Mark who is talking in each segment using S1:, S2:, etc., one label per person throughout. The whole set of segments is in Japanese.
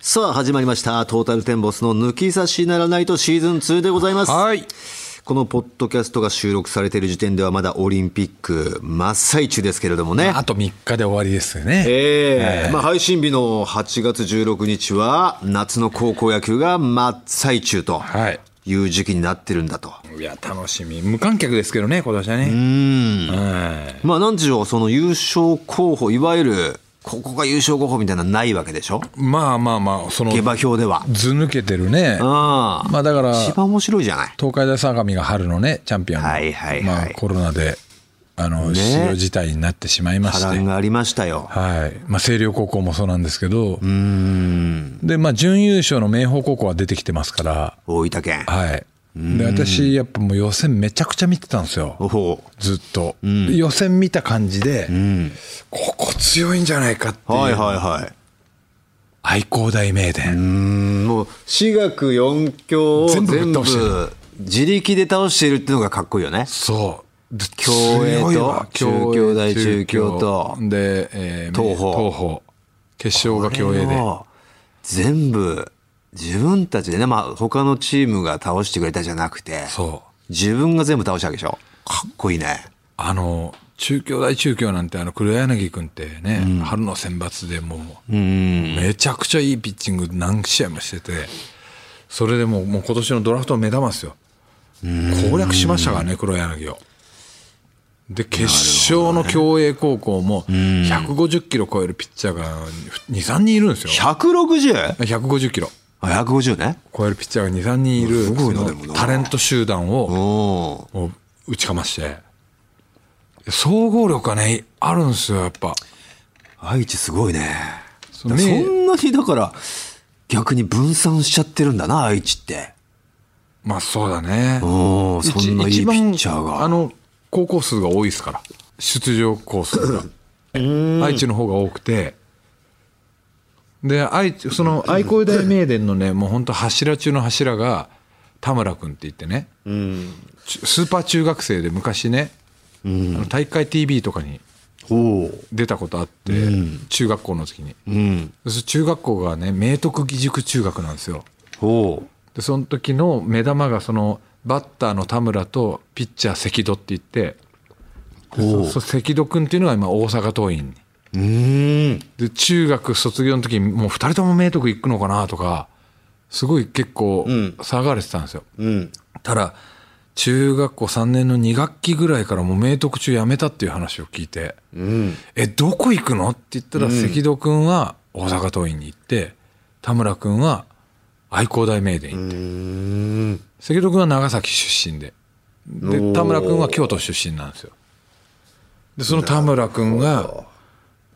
S1: さあ、始まりました。トータルテンボスの抜き差しならないとシーズン2でございます。
S2: はい。
S1: このポッドキャストが収録されている時点ではまだオリンピック真っ最中ですけれどもね。
S2: あと3日で終わりですよね。
S1: ええー、まあ配信日の8月16日は夏の高校野球が真っ最中と。
S2: はい。
S1: いう時期になってるんだと。。
S2: いや、楽しみ。無観客ですけどね、今年はね。うん
S1: まあ、なんでしょう、その優勝候補、いわゆる、ここが優勝候補みたいなのないわけでしょ
S2: まあまあまあ、その。
S1: 下馬評では。
S2: 図抜けてるね。
S1: あ
S2: まあだから。
S1: 一番面白いじゃない。
S2: 東海大相模が春のね、チャンピオンの。
S1: はいはいはい。
S2: まあコロナで、あの、出場事態になってしまいまして。波
S1: 乱がありましたよ。
S2: はい。まあ星稜高校もそうなんですけど。
S1: うん。
S2: で、まあ準優勝の明豊高校は出てきてますから。
S1: 大分県。
S2: はい。で私やっぱもう予選めちゃくちゃ見てたんですよずっと、
S1: うん、
S2: 予選見た感じで、
S1: うん、
S2: ここ強いんじゃないかっていう
S1: はいはいはい
S2: 愛工大名
S1: う
S2: 電
S1: んもう私学4強を全部自力で倒しているっていうのがかっこいいよね
S2: そう
S1: 競泳と中京大中京と
S2: で、え
S1: ー、東
S2: 邦東邦決勝が競泳で
S1: 全部自分たちでね、まあ、他のチームが倒してくれたじゃなくて、。
S2: そう
S1: 自分が全部倒したわけでしょ。かっこいいね。
S2: あの、中京大中京なんて、あの、黒柳君ってね、うん、春の選抜でも
S1: う、うん、
S2: めちゃくちゃいいピッチング何試合もしてて、それでもう、もう今年のドラフト目玉ですよ。攻略しましたからね、黒柳を。で、決勝の共栄高校も、150キロ超えるピッチャーが2、3人いるんですよ。
S1: 160?150
S2: キロ。
S1: 150ね
S2: 超えるピッチャーが23人いる
S1: すごいなでも
S2: タレント集団を打ちかまして総合力がねあるんですよやっぱ
S1: 愛知すごいねそんなにだから逆に分散しちゃってるんだな愛知って
S2: まあそうだね
S1: おそんないいピッチャーが
S2: あの高校数が多いですから出場校数が愛知の方が多くてで愛その愛工大名電のねもう本当柱中の柱が田村君って言ってね、
S1: うん、
S2: スーパー中学生で昔ね、
S1: うん、
S2: あの大会 TV とかに出たことあって、
S1: うん、
S2: 中学校の時に、
S1: うん、
S2: 中学校がね明徳義塾中学なんですよでその時の目玉がそのバッターの田村とピッチャー関戸って言って関戸君っていうのが今大阪桐蔭に
S1: うん
S2: で中学卒業の時もう2人とも明徳行くのかなとかすごい結構騒がれてたんですよ、
S1: うんうん、
S2: ただ中学校3年の2学期ぐらいからもう明徳中やめたっていう話を聞いて「
S1: うん、
S2: えどこ行くの?」って言ったら関戸君は大阪桐蔭に行って田村君は愛工大名電行って関戸君は長崎出身でで田村君は京都出身なんですよでその田村君が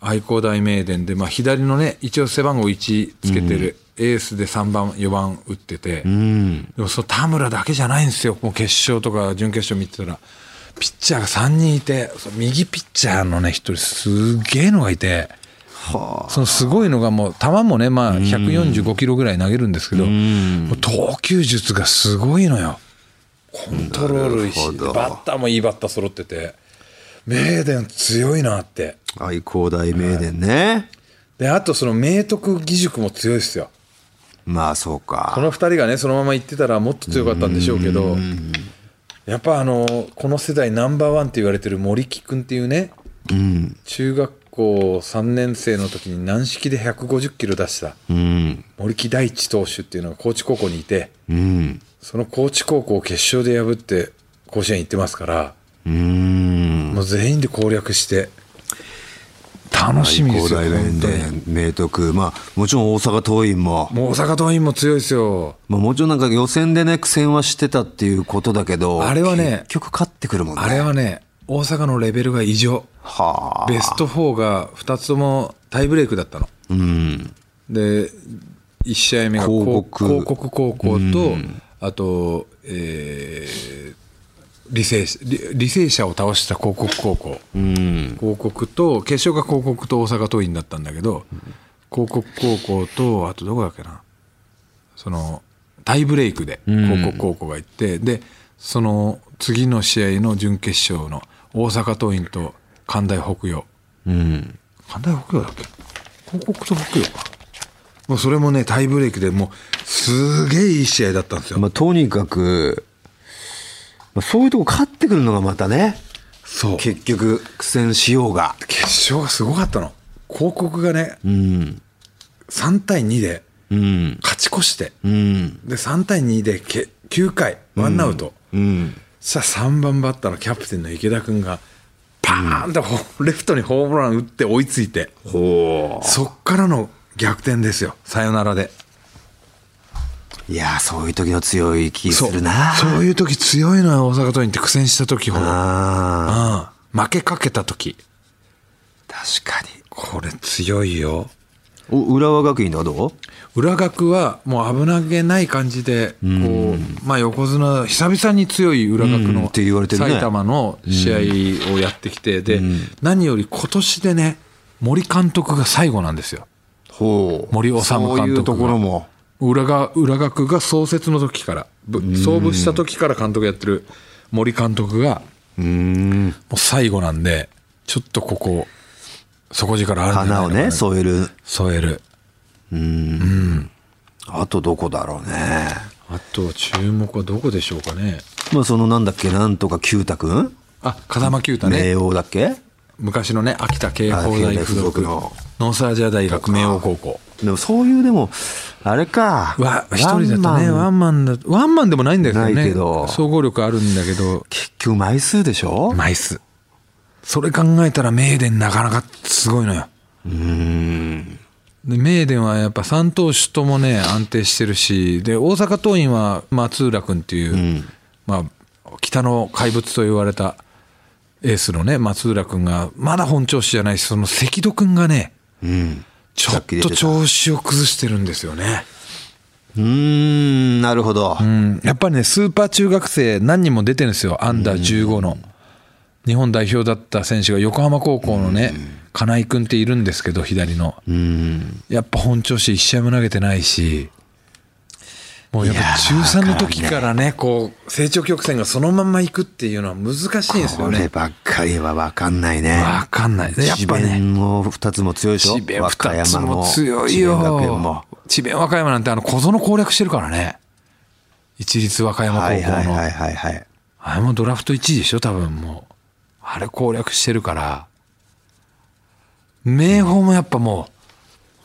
S2: 愛工大名電で、まあ、左のね、一応背番号1つけてる、エースで3番、4番打ってて、
S1: うん、
S2: でもその田村だけじゃないんですよ、もう決勝とか準決勝見てたら、ピッチャーが3人いて、右ピッチャーのね、1人、すげえのがいて、
S1: はあ、
S2: そのすごいのが、もう球もね、まあ、145キロぐらい投げるんですけど、うん、もう投球術がすごいのよ、コントロールいいし、バッターもいいバッター揃ってて。名電強いなって
S1: 愛工大名電ね、はい、
S2: であとその明徳義塾も強いですよ
S1: まあそうか
S2: この2人がねそのまま行ってたらもっと強かったんでしょうけどやっぱあのこの世代ナンバーワンって言われてる森木君っていうね、
S1: うん、
S2: 中学校3年生の時に軟式で150キロ出した、
S1: うん、
S2: 森木大地投手っていうのが高知高校にいて、
S1: うん、
S2: その高知高校を決勝で破って甲子園行ってますから。
S1: うん
S2: もう全員で攻略して楽しみですよ、
S1: 明徳、まあ、もちろん大阪桐蔭も、
S2: もう大阪桐蔭も強いですよ、
S1: まあ、もちろんなんか予選でね、苦戦はしてたっていうことだけど、
S2: あれはね、
S1: 結局勝ってくるもんね、
S2: あれはね、大阪のレベルが異常、
S1: は
S2: ベスト4が2つともタイブレークだったの、
S1: うん、
S2: で、1試合目が
S1: 広
S2: 告高校と、うん、あと、えー、履正履正社を倒した広告高校、
S1: うん、
S2: 広告と決勝が広告と大阪桐蔭だったんだけど、うん、広告高校とあとどこだっけなそのタイブレイクで広告高校が行って、うん、でその次の試合の準決勝の大阪桐蔭と関大北陽、
S1: うん、
S2: 関大北陽だっけ広告と北陽かもうそれもね、タイブレークでもう、すげえいい試合だったんですよ。
S1: まあ、とにかく、まあ、そういうとこ勝ってくるのがまたね、
S2: そう。決
S1: 結局、苦戦しようが。
S2: 勝がすごかったの。広告がね、
S1: うん。
S2: 3対2で
S1: うん。
S2: 勝ち越して、
S1: うん。
S2: で、3対2でけ9回、ワンアウト。
S1: うん。
S2: さあ3番バッターのキャプテンの池田君がパーンとほレフトにホームラン打って追いついて
S1: ほ
S2: そっからの逆転ですよさよならで
S1: う。いやー、そういう時の強い気す
S2: そう
S1: るな。
S2: そういう時強いのよ大阪桐蔭って苦戦した時ほど
S1: ああ、
S2: うん負けかけた時
S1: 確かに。
S2: これ強いよ
S1: お、浦和学院のはどう
S2: 裏学はもう危なげない感じでこう、まあ、横綱久々に強い裏学
S1: うん
S2: の
S1: って言われてるね
S2: 埼玉の試合をやってきてで何より今年でね森監督が最後なんですよ
S1: ほ
S2: 森治監督が
S1: そういうところも。
S2: 裏が裏学が創設の時からぶ創部した時から監督やってる森監督が
S1: うーん。
S2: もう最後なんでちょっとここ底力あるんじゃない
S1: 花
S2: の
S1: を
S2: かな
S1: ね、添える。
S2: 添える
S1: あとどこだろうね。
S2: あと注目はどこでしょうかね
S1: まあ、そのなんだっけ、なんとか九太くん
S2: あ風間球太ね
S1: 明王だっけ
S2: 昔のね秋田慶法大附
S1: あ
S2: 属
S1: 慶応大附属の
S2: のノースアジア大学明桜高校
S1: でもそういうでも、あれか。
S2: は一人だとねワ
S1: ワンマン
S2: ンマンだワンマンでもないんだけどね
S1: ないけど
S2: 総合力あるんだけど
S1: 結局枚数でしょ
S2: 枚数それ考えたら名電なかなかすごいのよで名電はやっぱ3投手ともね安定してるしで大阪桐蔭は松浦君っていう、まあ、北の怪物と言われたエースのね松浦君がまだ本調子じゃないしその関戸君がね
S1: うん。
S2: ちょっと調子を崩してるんですよね。
S1: うーん、なるほど。
S2: うん、やっぱりね、スーパー中学生、何人も出てるんですよ、アンダー15の、日本代表だった選手が、横浜高校のね、金井君っているんですけど、左の、
S1: うん。
S2: やっぱ本調子、1試合も投げてないし、もうやっ
S1: いや
S2: ぱ中
S1: ー
S2: 3の時からね、こう成長曲線がそのまんまいくっていうのは難しいんですよ
S1: これ
S2: ね。
S1: ばっかりは分かんないね。
S2: わかんない、やっぱ
S1: 智
S2: ね、
S1: 弁も2つも強いでしょ
S2: 智弁
S1: 和歌
S2: 2つ
S1: 山
S2: も
S1: も
S2: 強い
S1: 智弁学園も
S2: よ。智弁和歌山なんて、あの小園攻略してるからね、一律和歌山高
S1: はいはい
S2: 校の
S1: は。いはいはい
S2: あれもドラフト1位でしょ多分もう。あれ攻略してるから。明豊もやっぱも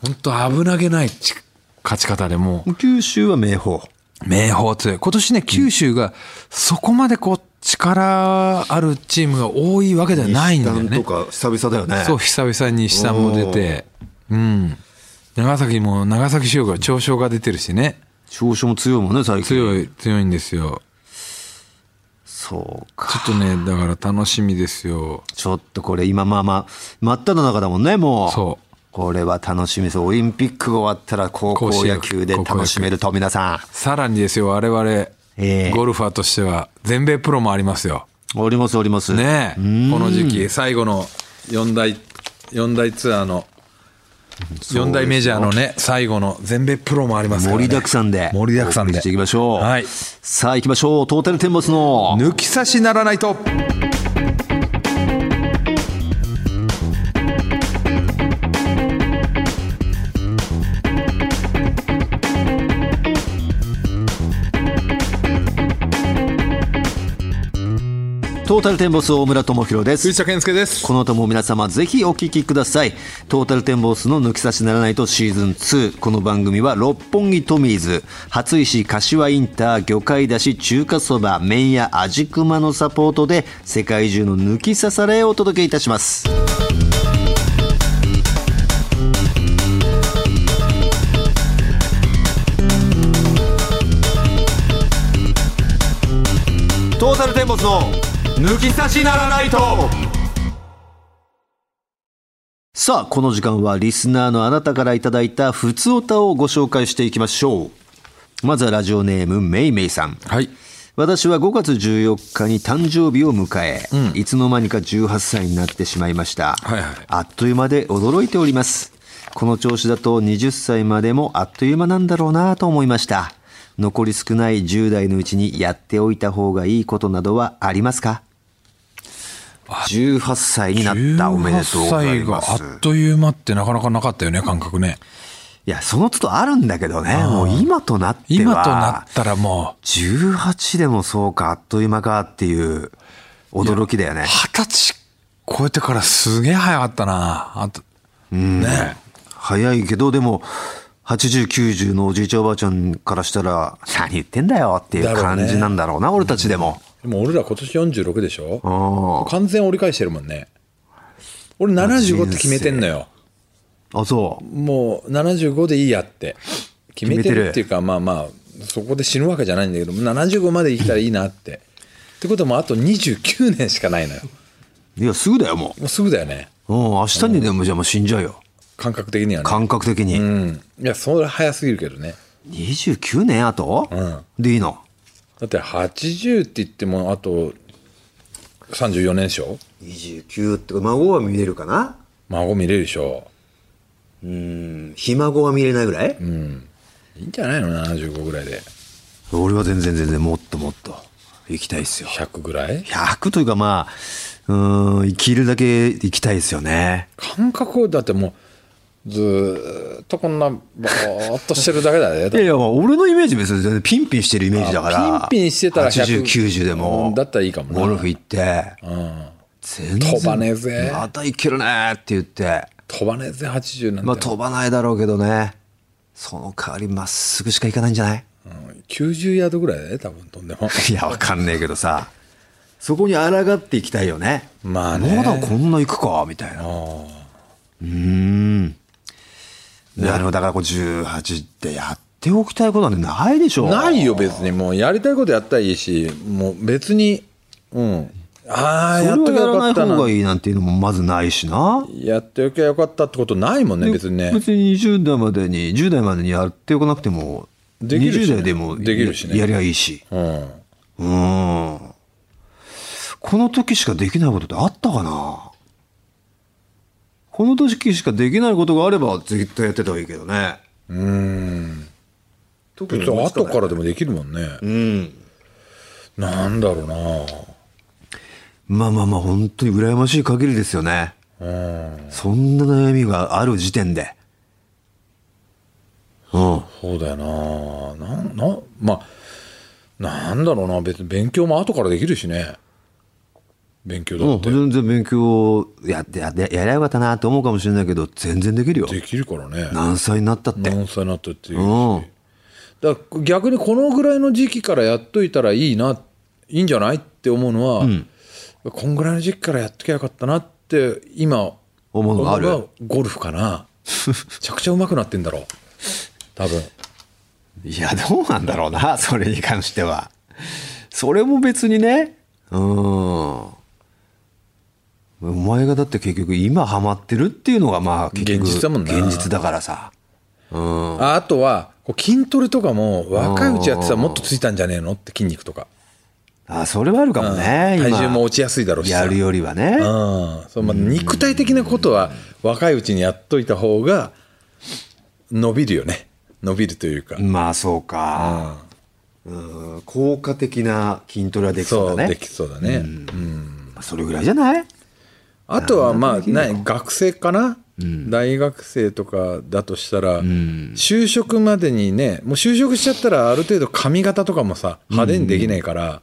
S2: う、本当危なげないち勝ち方でもう、
S1: 九州は明豊
S2: 明豊強い。今年ね、九州がそこまでこう、力あるチームが多いわけではないんだよ
S1: 西
S2: ね
S1: 南と。か久々だよね
S2: そう、久々に資産も出て、うん。長崎も、長崎商業は長所が出てるしね。
S1: 少々も強いもんね最近
S2: 強い、強いんですよ。
S1: そう
S2: ちょ
S1: か
S2: っとね、だから楽しみですよ。
S1: ちょっとこれ今まあまあ真っ只中だもんねもう
S2: そう
S1: これは楽しみですオリンピックが終わったら高校野球で
S2: 高校野球
S1: 楽しめると皆さ
S2: さらにですよ、我々、
S1: え
S2: ゴルファーとしては、全米プロもありますよ。
S1: んおりますおります
S2: ねえ、この時期、最後の4大、四大ツアーの、4大メジャーのね、最後の全米プロもありますから、ね。
S1: 盛りだくさんで
S2: 盛りだくさ
S1: お
S2: ん
S1: 送
S2: で。
S1: りしていきましょう
S2: はい。
S1: さあ行きましょうトータルテンボスの
S2: 抜き差しならないと。
S1: トータルテンボス大村智広です
S2: 藤田健介です。
S1: この後も皆様ぜひお聞きください。トータルテンボスの抜き差しならないとシーズン2。この番組は六本木トミーズ、初石柏インター、魚介だし中華そば、麺屋味熊のサポートで世界中の抜き差されをお届けいたします。トータルテンボスの抜き差しならないとさあ、この時間はリスナーのあなたからいただいたふつおたをご紹介していきましょう。まずはラジオネームめいめいさん。
S2: はい。
S1: 私は5月14日に誕生日を迎え、いつの間にか18歳になってしまいました、
S2: はいはい
S1: あっという間で驚いておりますこの調子だと20歳までもあっという間なんだろうなと思いました残り少ない10代のうちにやっておいた方がいいことなどはありますか18歳になったおめでとうございます
S2: 18歳があっという間ってなかなかなかったよね、感覚ね。
S1: いや、その都度あるんだけどね、もう今となっては。
S2: 今となったらもう
S1: 18でもそうか、あっという間かっていう、驚きだよね。
S2: 二十歳超えてからすげえ早かったなあと、ね
S1: 早いけど、でも、80、90のおじいちゃんおばあちゃんからしたら、何言ってんだよっていう感じなんだろうな、俺たちでも。
S2: でも俺ら今年46でしょ
S1: あ
S2: 完全折り返してるもんね俺75って決めてんのよ
S1: あ、そう。
S2: もう75でいいやって決めてるっていうかまあまあそこで死ぬわけじゃないんだけど75まで生きたらいいなってってことはもうあと29年しかないのよ
S1: いや、すぐだよ、も
S2: もうすぐだよね
S1: う。うん、明日にでもじゃあもう死んじゃうよ。
S2: 感覚的にはね
S1: 感覚的に。
S2: うんいやそれ早すぎるけどね
S1: 29年後、
S2: ん
S1: でいいの
S2: だって80って言ってもあと34年でしょ
S1: ?29 って、孫は見れるかな
S2: 孫見れるでしょ
S1: うん、ひ孫は見れないぐらい、
S2: いいんじゃないの75ぐらいで
S1: 俺は全然全然もっともっと行きたいっすよ。
S2: 100ぐらい
S1: 100というかまあ、うん、生きるだけ行きたいですよね。
S2: 感覚をだってもうずーっとこんなぼーっとしてるだけだね
S1: いやいや、まあ俺のイメージ別に全然ピンピンしてるイメージだから。
S2: ピンピンしてたら
S1: 80、
S2: 100
S1: 90で
S2: う
S1: も
S2: ん。だったらいいかもな
S1: ゴルフ行って。
S2: うん
S1: 全然
S2: 飛ばねえぜ
S1: また行けるねって言って。
S2: 飛ばねえぜ80なんて、
S1: まあ飛ばないだろうけどね。その代わりまっすぐしか行かないんじゃない
S2: うん90ヤードぐらいだね多分飛んでも
S1: いや、わかんねえけどさ。そこに抗っていきたいよね。
S2: まあね
S1: まだこんな行くか、みたいな。うーん。いや、でもだからこう18ってやっておきたいことなんてないでしょ。
S2: ないよ別にもうやりたいことやったらいいしもう別にうんああ
S1: それ
S2: やっ
S1: を
S2: ときゃ
S1: やら
S2: よ
S1: な
S2: か
S1: い
S2: った
S1: 方
S2: な
S1: がいいなんていうのもまずないしな。
S2: やっておきゃよかったってことないもんね別にね
S1: 別に20代までに、10代までにやっておかなくても、
S2: できるし
S1: 20
S2: ね
S1: 代でも
S2: できるしね
S1: やりゃいいし。
S2: うん
S1: うん。この時しかできないことってあったかなこの時しかできないことがあればずっとやってたらいいけどね。うん。特。
S2: 別に後かららでもできるもんね
S1: うん。
S2: なんだろうな
S1: まあまあまあ、本当に羨ましい限りですよね。
S2: うん
S1: そんな悩みがある時点で。うん。
S2: そうだよななんなまあなんだろうな別に勉強も後からできるしね勉強だ
S1: もう
S2: って
S1: 全然勉強やってやってやりゃよかったなって思うかもしれないけど全然できるよ
S2: できるからね
S1: 何歳になったって
S2: 何歳になったっていう
S1: うん
S2: だから逆にこのぐらいの時期からやっといたらいいないいんじゃないって思うのは、こんぐらいの時期からやっときゃよかったなって今
S1: 思うのがある
S2: 思うのがゴルフかなめちゃくちゃ上手くなってんだろう多分
S1: いやどうなんだろうな それに関してはそれも別にねうんお前がだって結局今ハマってるっていうのがまあ結局
S2: 現実だもんな
S1: 現実だからさうん
S2: ああとはこう筋トレとかも若いうちやってたらもっとついたんじゃねえのって筋肉とか、
S1: あそれはあるかもね、
S2: 体
S1: 今
S2: 重も落ちやすいだろうしさ
S1: やるよりはね
S2: うんそうまあ、肉体的なことは若いうちにやっといた方が伸びるよね伸びるというか、
S1: まあそうか、うん、効果的な筋トレはできそうだね
S2: できそうだね、
S1: まあそれぐらいじゃない
S2: あとはまあない学生かな、大学生とかだとしたら、就職までにねもう就職しちゃったらある程度髪型とかもさ派手にできないから、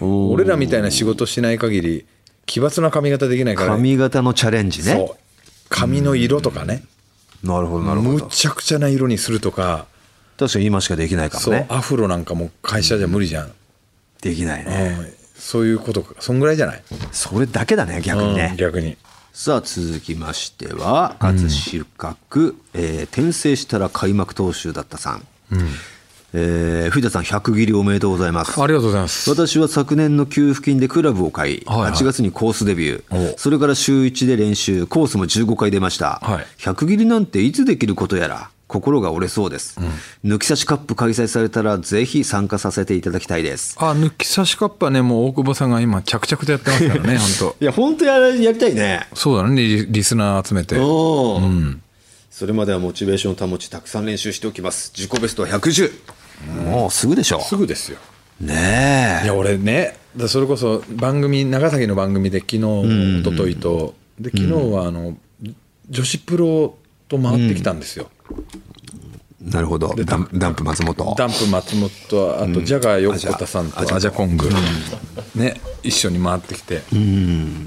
S2: 俺らみたいな仕事しない限り奇抜な髪型できないから、
S1: 髪型のチャレンジね
S2: そう髪の色とかね、
S1: なるほどなるほ
S2: む
S1: ど
S2: ちゃくちゃな色にするとか、
S1: 確かに今しかできないかも
S2: そう
S1: ね
S2: アフロなんかも会社じゃ無理じゃん、
S1: できないね
S2: うんそういうことかそんぐらいじゃない、
S1: それだけだね逆に
S2: うん
S1: ね
S2: 逆に
S1: さあ続きましては葛飾区、えー転生したら開幕投手だったさん、えー藤田さん100切りおめでとうございます
S2: ありがとうございます
S1: 私は昨年の給付金でクラブを買い、
S2: はいはい
S1: 8月にコースデビュー
S2: お
S1: それから週1で練習コースも15回出ました、
S2: はい
S1: 100切りなんていつできることやら心が折れそうです、抜き差しカップ開催されたらぜひ参加させていただきたいです
S2: あ抜き差しカップはねもう大久保さんが今着々とやってますから ね本
S1: いや本当ややりたいね
S2: 当そうだねリリスナー集めて
S1: おうん、それまではモチベーションを保ちたくさん練習しておきます自己ベストは110、もうすぐでしょ
S2: すぐですよ
S1: ね
S2: い
S1: え
S2: や俺ねだそれこそ番組長崎の番組で昨日一昨日とで昨日はあの女子プロと回ってきたんですよ、
S1: なるほどダンダンプ松本
S2: ダンプ松本あとジャガー横田さんとアジャコング、ね一緒に回ってきて、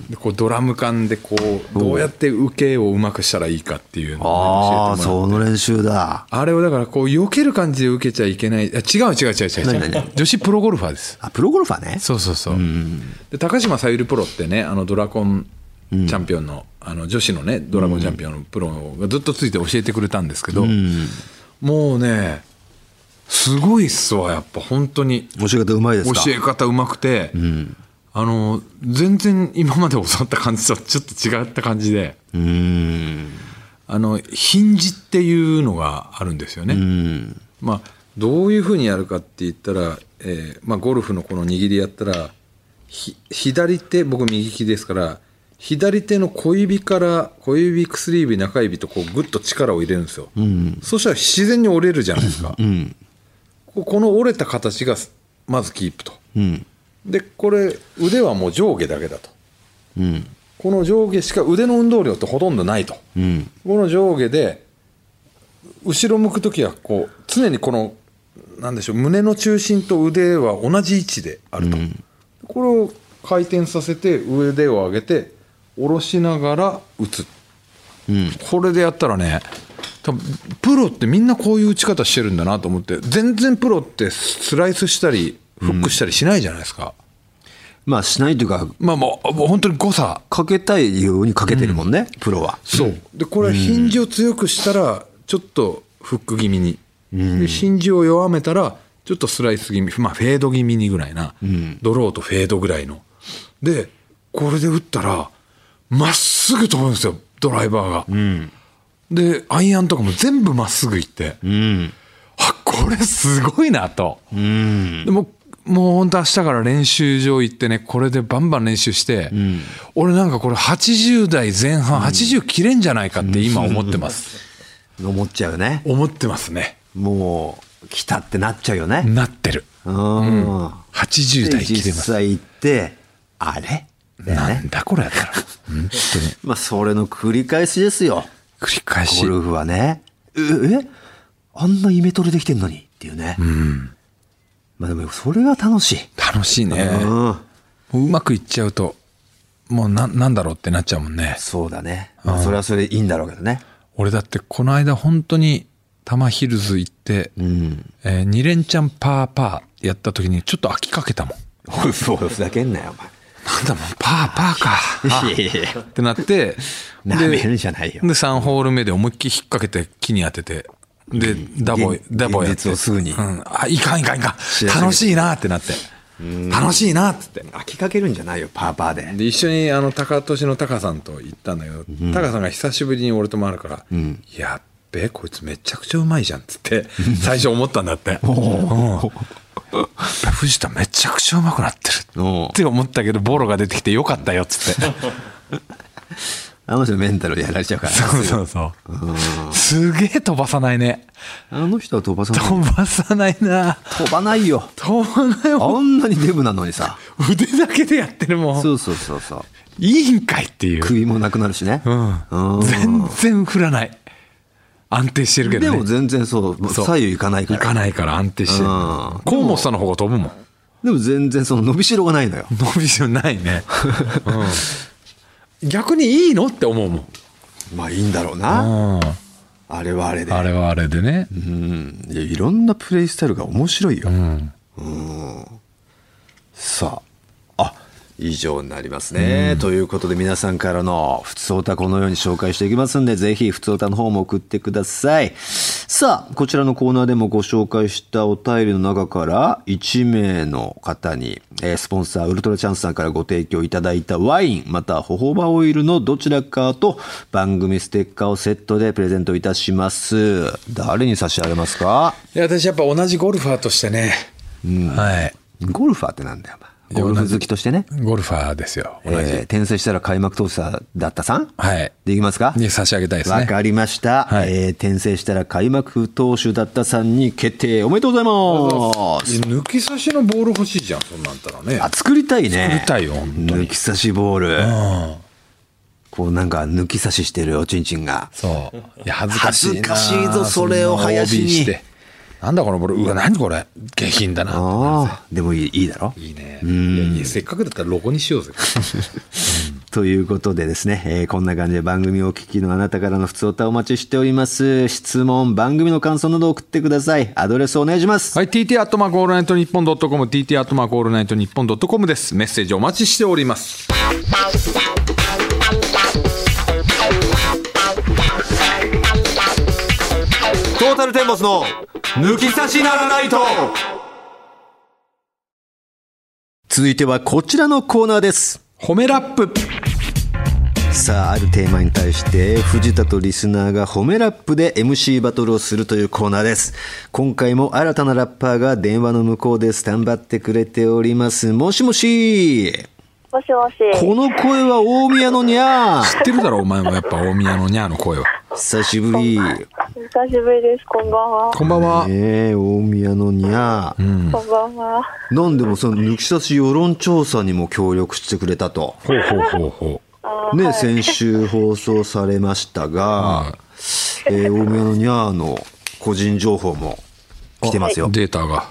S2: でこうドラム缶でこうどうやって受けをうまくしたらいいかっていうの
S1: あ
S2: を
S1: あ
S2: ね教えてもら
S1: そ
S2: う
S1: の練習だ
S2: あれをだからこう避ける感じで受けちゃいけないあ違う違う違う違う
S1: 何
S2: 違う
S1: 何
S2: 女子プロゴルファーです
S1: あプロゴルファーね
S2: そうそうそう、で高島さゆりプロってねあのドラコンチャンピオンの,、あの女子のねドラゴンチャンピオンのプロがずっとついて教えてくれたんですけど、もうねすごいっすわやっぱ本当に
S1: 教え方うまいです
S2: 教
S1: か
S2: え方うまくて、あの全然今まで教わった感じとはちょっと違った感じで
S1: うーん
S2: あのヒンジっていうのがあるんですよね。
S1: うん
S2: まあ、どういうふうにやるかって言ったら、えーまあ、ゴルフのこの握りやったらひ左手僕右利きですから左手の小指から小指薬指中指とこうグッと力を入れるんですよ、
S1: ん
S2: そしたら自然に折れるじゃないですか、
S1: ん
S2: ここの折れた形がまずキープと
S1: うん
S2: でこれ腕はもう上下だけだと
S1: うん
S2: この上下しか腕の運動量ってほとんどないと、
S1: うん
S2: この上下で後ろ向く時はこう常にこのなんでしょう胸の中心と腕は同じ位置であると、これを回転させて腕を上げて下ろしながら打つ
S1: うん
S2: これでやったらね多分プロってみんなこういう打ち方してるんだなと思って全然プロってスライスしたりフックしたりしないじゃないですか、
S1: まあしないというか
S2: まあもうもう本当に誤差
S1: かけたいようにかけてるもんね、プロは
S2: そうでこれヒンジを強くしたらちょっとフック気味に、でヒンジを弱めたらちょっとスライス気味、まあ、フェード気味にぐらいな、ドローとフェードぐらいのでこれで打ったらまっすぐ飛ぶんですよドライバーが、でアイアンとかも全部まっすぐ行って、
S1: うん
S2: あこれすごいなと、
S1: うん
S2: でももう本当明日から練習場行ってねこれでバンバン練習して、俺なんかこれ80代前半、80切れんじゃないかって今思ってます、
S1: 思っちゃうね
S2: 思ってますね
S1: もう来たってなっちゃうよね
S2: なってる
S1: うん、
S2: 80
S1: で
S2: 代切
S1: 実
S2: れます
S1: 際行ってあれだよ
S2: な
S1: ね
S2: んだこれやったら本当に
S1: まあそれの繰り返しですよ
S2: 繰り返し
S1: ゴルフはねええあんなイメトレできてんのにっていうね、まあでもそれが楽しい、
S2: 楽しいねも
S1: うん
S2: ううまくいっちゃうともうななんだろうってなっちゃうもんね
S1: そうだね、まあ、それはそれでいいんだろうけどね
S2: 俺だってこの間本当に多摩ヒルズ行って、
S1: うん
S2: え2連チャンパーパーやった時にちょっと飽きかけたもん
S1: おいそうふざけんなよ
S2: なんだもん、パーパーか。
S1: お前いやいやいや
S2: ってなって、
S1: なめるんじゃないよ
S2: で、3ホール目で思いっきり引っ掛けて木に当てて、で、ダボ
S1: 現、
S2: ダボやって。
S1: 現実をすぐに
S2: うん。あ、いかんいかんいか
S1: らせ
S2: ん。
S1: る
S2: 楽しいなってなって。楽しいなっつって。
S1: 飽きかけるんじゃないよパーパーで
S2: で、一緒に、あの、高俊の高さんと行ったんだけど、高さんが久しぶりに俺と回るから、やっべ、こいつめちゃくちゃうまいじゃんっつって、最初思ったんだって。 うん藤田めちゃくちゃうまくなってる
S1: おう
S2: って思ったけどボロが出てきてよかったよっつって
S1: あの人メンタルやられちゃうから
S2: そうそうそう。すげえ飛ばさないね。
S1: あの人は飛ばさない
S2: 飛ばさないな。
S1: 飛ばない よ
S2: 飛ばないよ。
S1: あんなにデブなのにさ
S2: 腕だけでやってるもん。
S1: そうそうそうそう
S2: いいんかいっていう。
S1: 首もなくなるしね、
S2: うん。
S1: うん
S2: 全然振らない。安定してるけ
S1: で
S2: ど
S1: も
S2: ね。
S1: 全然そう
S2: そう
S1: 左右いかないか
S2: 行
S1: ら
S2: かないから安定してる。
S1: うん
S2: 河本さんの方が飛ぶもん。
S1: でも全然その伸びしろがないのよ
S2: 伸びしろないね。 うん逆にいいのって思うもん。
S1: まあいいんだろうな
S2: うん
S1: あれはあれで
S2: あれはあれでね。
S1: うんいやいろんなプレイスタイルが面白いよ、
S2: うん。
S1: さああ以上になりますね、ということで皆さんからの「ふつおた」このように紹介していきますんでぜひ「ふつおた」の方も送ってくださいさあこちらのコーナーでもご紹介したお便りの中から1名の方に、えースポンサーウルトラチャンスさんからご提供いただいたワインまたホホバオイルのどちらかと番組ステッカーをセットでプレゼントいたします誰に差し上げますか
S2: いや、私やっぱ同じゴルファーとしてね。はい。
S1: ゴルファーってなんだよお前ゴルフ好きとしてね
S2: ゴルファーですよ。
S1: えー転生したら開幕投手だったさん
S2: はい。
S1: できますか
S2: に差し上げたいですね
S1: わかりました、
S2: はい
S1: えー転生したら開幕投手だったさんに決定おめでとうございます
S2: 抜き差しのボール欲しいじゃん、そんなんたらね。
S1: あ作りたいね
S2: 作りたいよ本当に
S1: 抜き差しボールこうなんか抜き差ししてるおちんちんが。
S2: そう。いや、恥ずかし
S1: 恥ず
S2: いな。
S1: かしいぞそれを林に
S2: そんな OB してなんだこのボール。うわ、何これ。下品だな。
S1: ああ、でもいいいいだろ
S2: いいね。
S1: ん
S2: いやいやせっかくだったらロゴにしようぜ。
S1: ということでですね、えーこんな感じで番組をお聞きのあなたからの普通歌お待ちしております。質問、番組の感想など送ってください。アドレスお願いします。
S2: はい、TT アットマークオールナイトニッポンドットコム、TT アットマークオールナイトニッポンドットコムです。メッセージお待ちしております。
S1: トータルテンボスの抜き差しならないと続いてはこちらのコーナーです。
S2: 褒めラップ。
S1: さあ、あるテーマに対して、藤田とリスナーが褒めラップで MC バトルをするというコーナーです。今回も新たなラッパーが電話の向こうでスタンバってくれております。もしもし
S3: もしもし。
S1: この声は大宮のにゃー
S2: 知ってるだろ、お前もやっぱ大宮のニャーの声は。
S1: 久しぶり。ね
S3: 久しぶりです。こんばんは。
S2: こんばんは。
S1: え、大宮のにゃー。
S3: こんばんは。
S1: なんでもその抜き差し世論調査にも協力してくれたと。
S2: ほうほうほうほ
S3: あー
S1: ね、
S3: はい
S1: 先週放送されましたが、えー大宮のにゃーの個人情報も来てますよ
S2: う。。データが。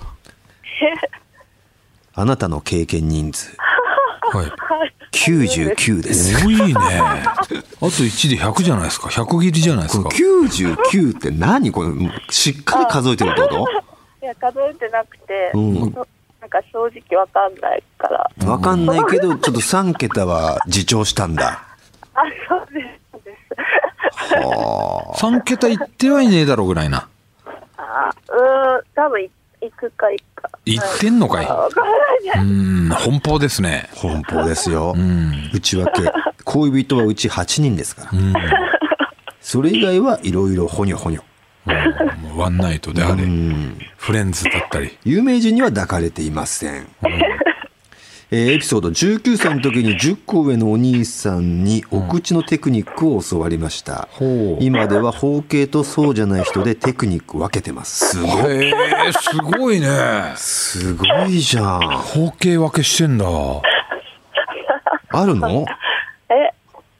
S1: あなたの経験人数
S2: はい。
S1: 99です。
S2: 多いね。あと1で100じゃないですか。100切りじゃないですか。
S1: 99って何これ、しっかり数えてるってこ
S3: いや、数えてなくて、
S1: うん
S3: そなんか正直わかんないから。
S1: とわかんないけど、ちょっと3桁は自重したんだ。
S3: あ、そうです。そうです
S1: はあ。
S2: 3桁いってはいねえだろうぐらいな。
S3: あーうーん、多分い行くか行くか。
S2: いってんのかい。
S3: わからないです。
S2: うん、奔放ですね。
S1: 本邦ですよ。
S2: ん
S1: 内訳。恋人はうち8人ですから。
S2: うん。
S1: それ以外はいろいろほにょほにょ。
S2: もうワンナイトであれ
S1: う、ん
S2: フレンズだったり。
S1: 有名人には抱かれていません。えーエピソード19歳の時に10個上のお兄さんにお口のテクニックを教わりました。
S2: ほう
S1: 今では包茎とそうじゃない人でテクニック分けてます。すごい。
S2: へえ、すごいね。
S1: すごいじゃん。
S2: 方形分けしてんだ。
S1: あるの
S3: え、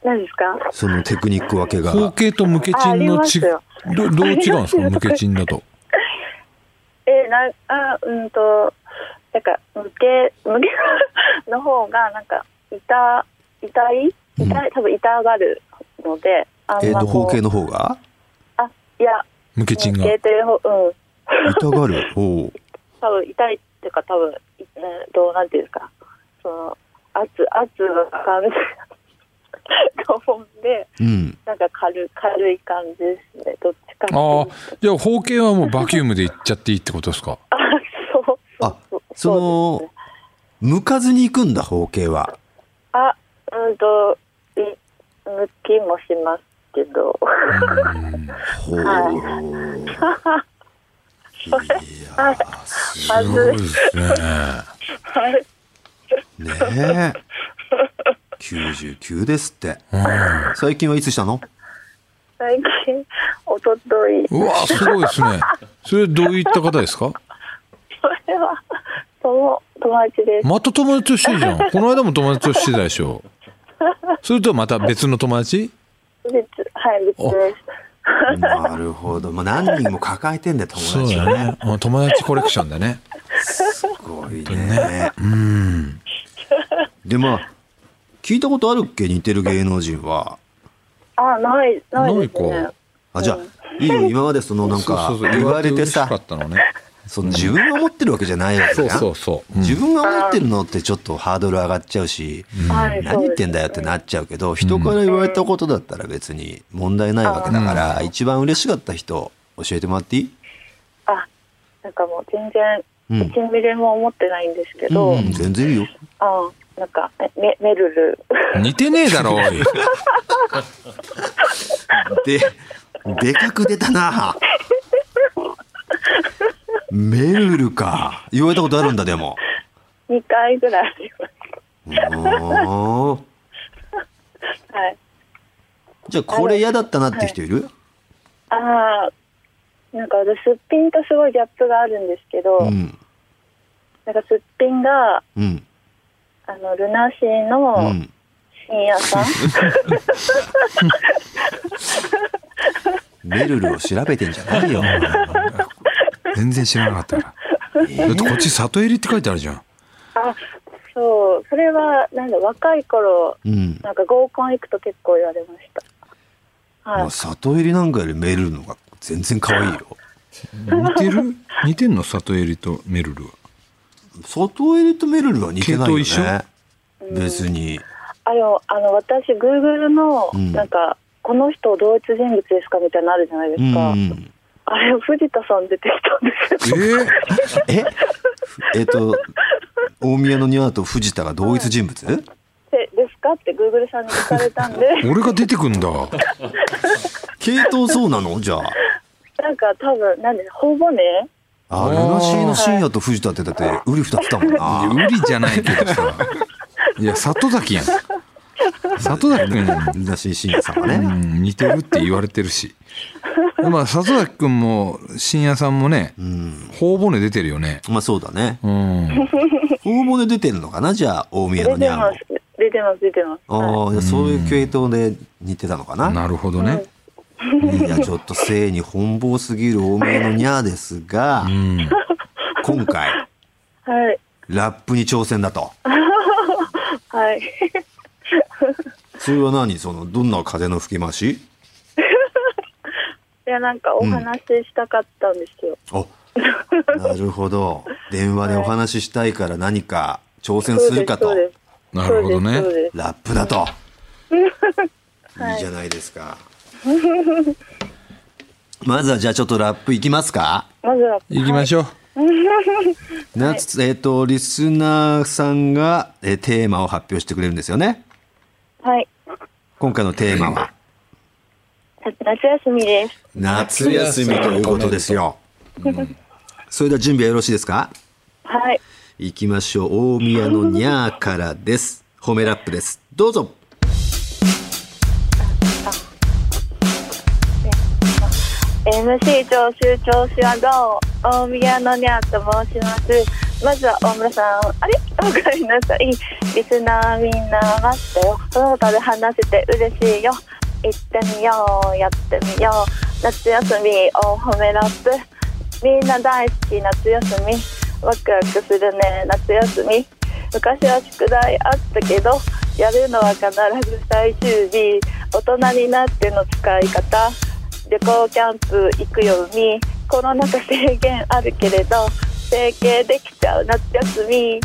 S3: 何ですか
S1: そのテクニック分けが。
S2: 方形と無ケチ
S3: ああ
S2: ン
S3: り
S2: の
S3: ます
S2: ち、
S3: よ
S2: どどう違うんですか
S3: ありますよ
S2: 無ケチンだと。
S3: え、な、あ、うんと、なんか、無け、無け の方が、なんか、痛、痛い痛い、多分痛がるので、あ
S1: え
S3: ん
S1: ー
S3: ま
S1: と、包
S3: こう
S1: 茎の方が
S3: あ、いや、
S2: 無ケチンが。
S3: 消えてる方、うん。
S1: 痛がる。おう
S3: 多分痛いっていうか、多分、ね、どうなんていうんですか。その、圧、圧がかかると思うんで、
S1: うん。
S3: なんか軽い、軽い感じですね。どっちかっていう
S2: ああ
S3: と。、
S2: じゃあ方形はもうバキュームでいっちゃっていいってことですか。
S3: あ、そう。
S1: あ
S3: そう、
S1: そ
S3: そうです
S1: の
S3: ね、
S1: 向かずに行くんだ、包茎は。
S3: あ、うんと、い、抜きもしますけど。
S2: うん
S1: ほう。
S3: はい
S1: いやーす
S3: ます
S2: ご
S3: ず
S2: い
S3: い。
S2: ですね。
S3: はい。
S1: ねえ。99ですって。
S2: うん
S1: 最近はいつ したの
S3: 最近、おととい、
S2: うわ、すごいですね。それどういった方ですか
S3: それは、友、友達です。
S2: また友達としてるじゃん。この間も友達としてたでしょ。それとはまた別の友達
S3: 別、はい、別です。
S1: なるほど。もう何人も抱えてんだよ、友
S2: そう
S1: 達をね。
S2: だね。あ友達コレクションだね。
S1: すごいね。で、まあ、聞いたことあるっけ似てる芸能人は。
S3: あ、ない、ないです
S2: ない
S3: ね
S2: か。
S1: あ、じゃあ、いいよ、今までそのなんか
S2: そうそうそう
S1: 言われて
S2: 嬉しか
S1: さ
S2: っ、たのね。
S1: その自分が思ってるわけじゃないわけ
S2: そう
S1: じゃん
S2: そうそう。
S1: 自分が思ってるのってちょっとハードル上がっちゃうし、
S3: はい、
S1: 何言ってんだよってなっちゃうけど、人から言われたことだったら別に問題ないわけだから、一番嬉しかった人教えてもらっていい
S3: あ、なんかもう全然、
S1: うん
S3: 1ミリも思ってないんですけど、
S1: うん、全然いいよ。
S3: あなんか、えめめるる。
S2: 似てねえだろ、おい。
S1: で、でかく出たな。メルルか。言われたことあるんだ、でも。
S3: 2回ぐらいありま
S1: おー
S3: す。はい。
S1: じゃあ、これ嫌だったなって人いる
S3: ああ、なんか私、すっぴんとすごいギャップがあるんですけど、
S1: うん。
S3: なんかすっぴんが、
S1: うん。
S3: あの、ルナシー
S1: う
S3: の
S1: ん。
S3: 深夜さん
S1: めるるを調べてんじゃない よ。
S2: 全然知らなかったから。だってこっち里襟って書いてあるじゃん。
S3: あそうそれはなんだ若い頃
S1: うん。
S3: なんか合コン行くと結構言われましたはい
S1: もう里襟なんかよりめるるのが全然可愛いよ。
S2: 似てる似てんの里襟とメルルは。
S1: 里襟とめるるは似てないよ
S2: 系統
S1: ね。別に。
S3: あでもあの私 Google の
S1: うん
S3: なんか、この人同一人物ですかみたいなのあるじゃないで
S1: う
S3: すか、
S1: ん。
S3: あれ藤田さん出てきたんです
S2: え
S3: よ
S2: ー、
S1: え えっと、大宮の庭と藤田が同一人物
S3: でですかって Google さんに聞かれた んで
S2: 俺が出てくんだ。
S1: 系統そうな のじゃあ。
S3: なんか多分なんでほぼね
S1: あ、ルナシーの深夜と藤田ってだって、ウリ二つだもん
S2: いや
S1: な。
S2: ウリじゃないけどさ。いや、里崎やん。里崎くん
S1: ルナシー深夜さんはね。
S2: うん、似てるって言われてるし。まあ、里崎くんも、深夜さんもね、
S1: うん。
S2: 頬骨出てるよね。
S1: まあそうだね。
S2: うん。
S1: 大物出てるのかなじゃあ、大宮
S3: 出
S1: の
S3: て
S1: ニャン
S3: ま
S1: も
S3: す。出てます出てますはい
S1: ああ、そういう系統で似てたのかな。
S2: なるほどね。
S1: いや、ちょっと性に奔放すぎる大宮のニャーですが
S2: う、ん。
S1: 今回、
S3: はい
S1: ラップに挑戦だと。
S3: はい
S1: それは何その、どんな風の吹き回し
S3: いやなんかお話ししたかったんですよ、
S1: あ、なるほど。電話でお話ししたいから何か挑戦するかと
S3: そう。です
S2: なるほどね
S3: そうですそうです
S1: ラップだ と。
S3: はい
S1: いいじゃないですか。まずはじゃあちょっとラップいきますか。
S3: まずは
S2: 行きましょう。
S1: なつえっ、と、リスナーさんが、えーテーマを発表してくれるんですよね。
S3: はい
S1: 今回のテーマは、
S3: 夏休みです
S1: 夏休みということですよ。それでは準備はよろしいですか
S3: はい
S1: いきましょう。大宮のニャーからです。褒めラップです。どうぞ。
S3: MC 長州調子はどう大宮のにゃーと申しますまずは大村さんあれ おかえりなさいリスナーみんな待ってよその他で話せて嬉しいよ行ってみようやってみよう夏休みを褒めラップみんな大好き夏休みワクワクするね夏休み昔は宿題あったけどやるのは必ず最終日大人になっての使い方旅行キャンプ行くようにコロナ禍制限あるけれど整形できちゃう夏休み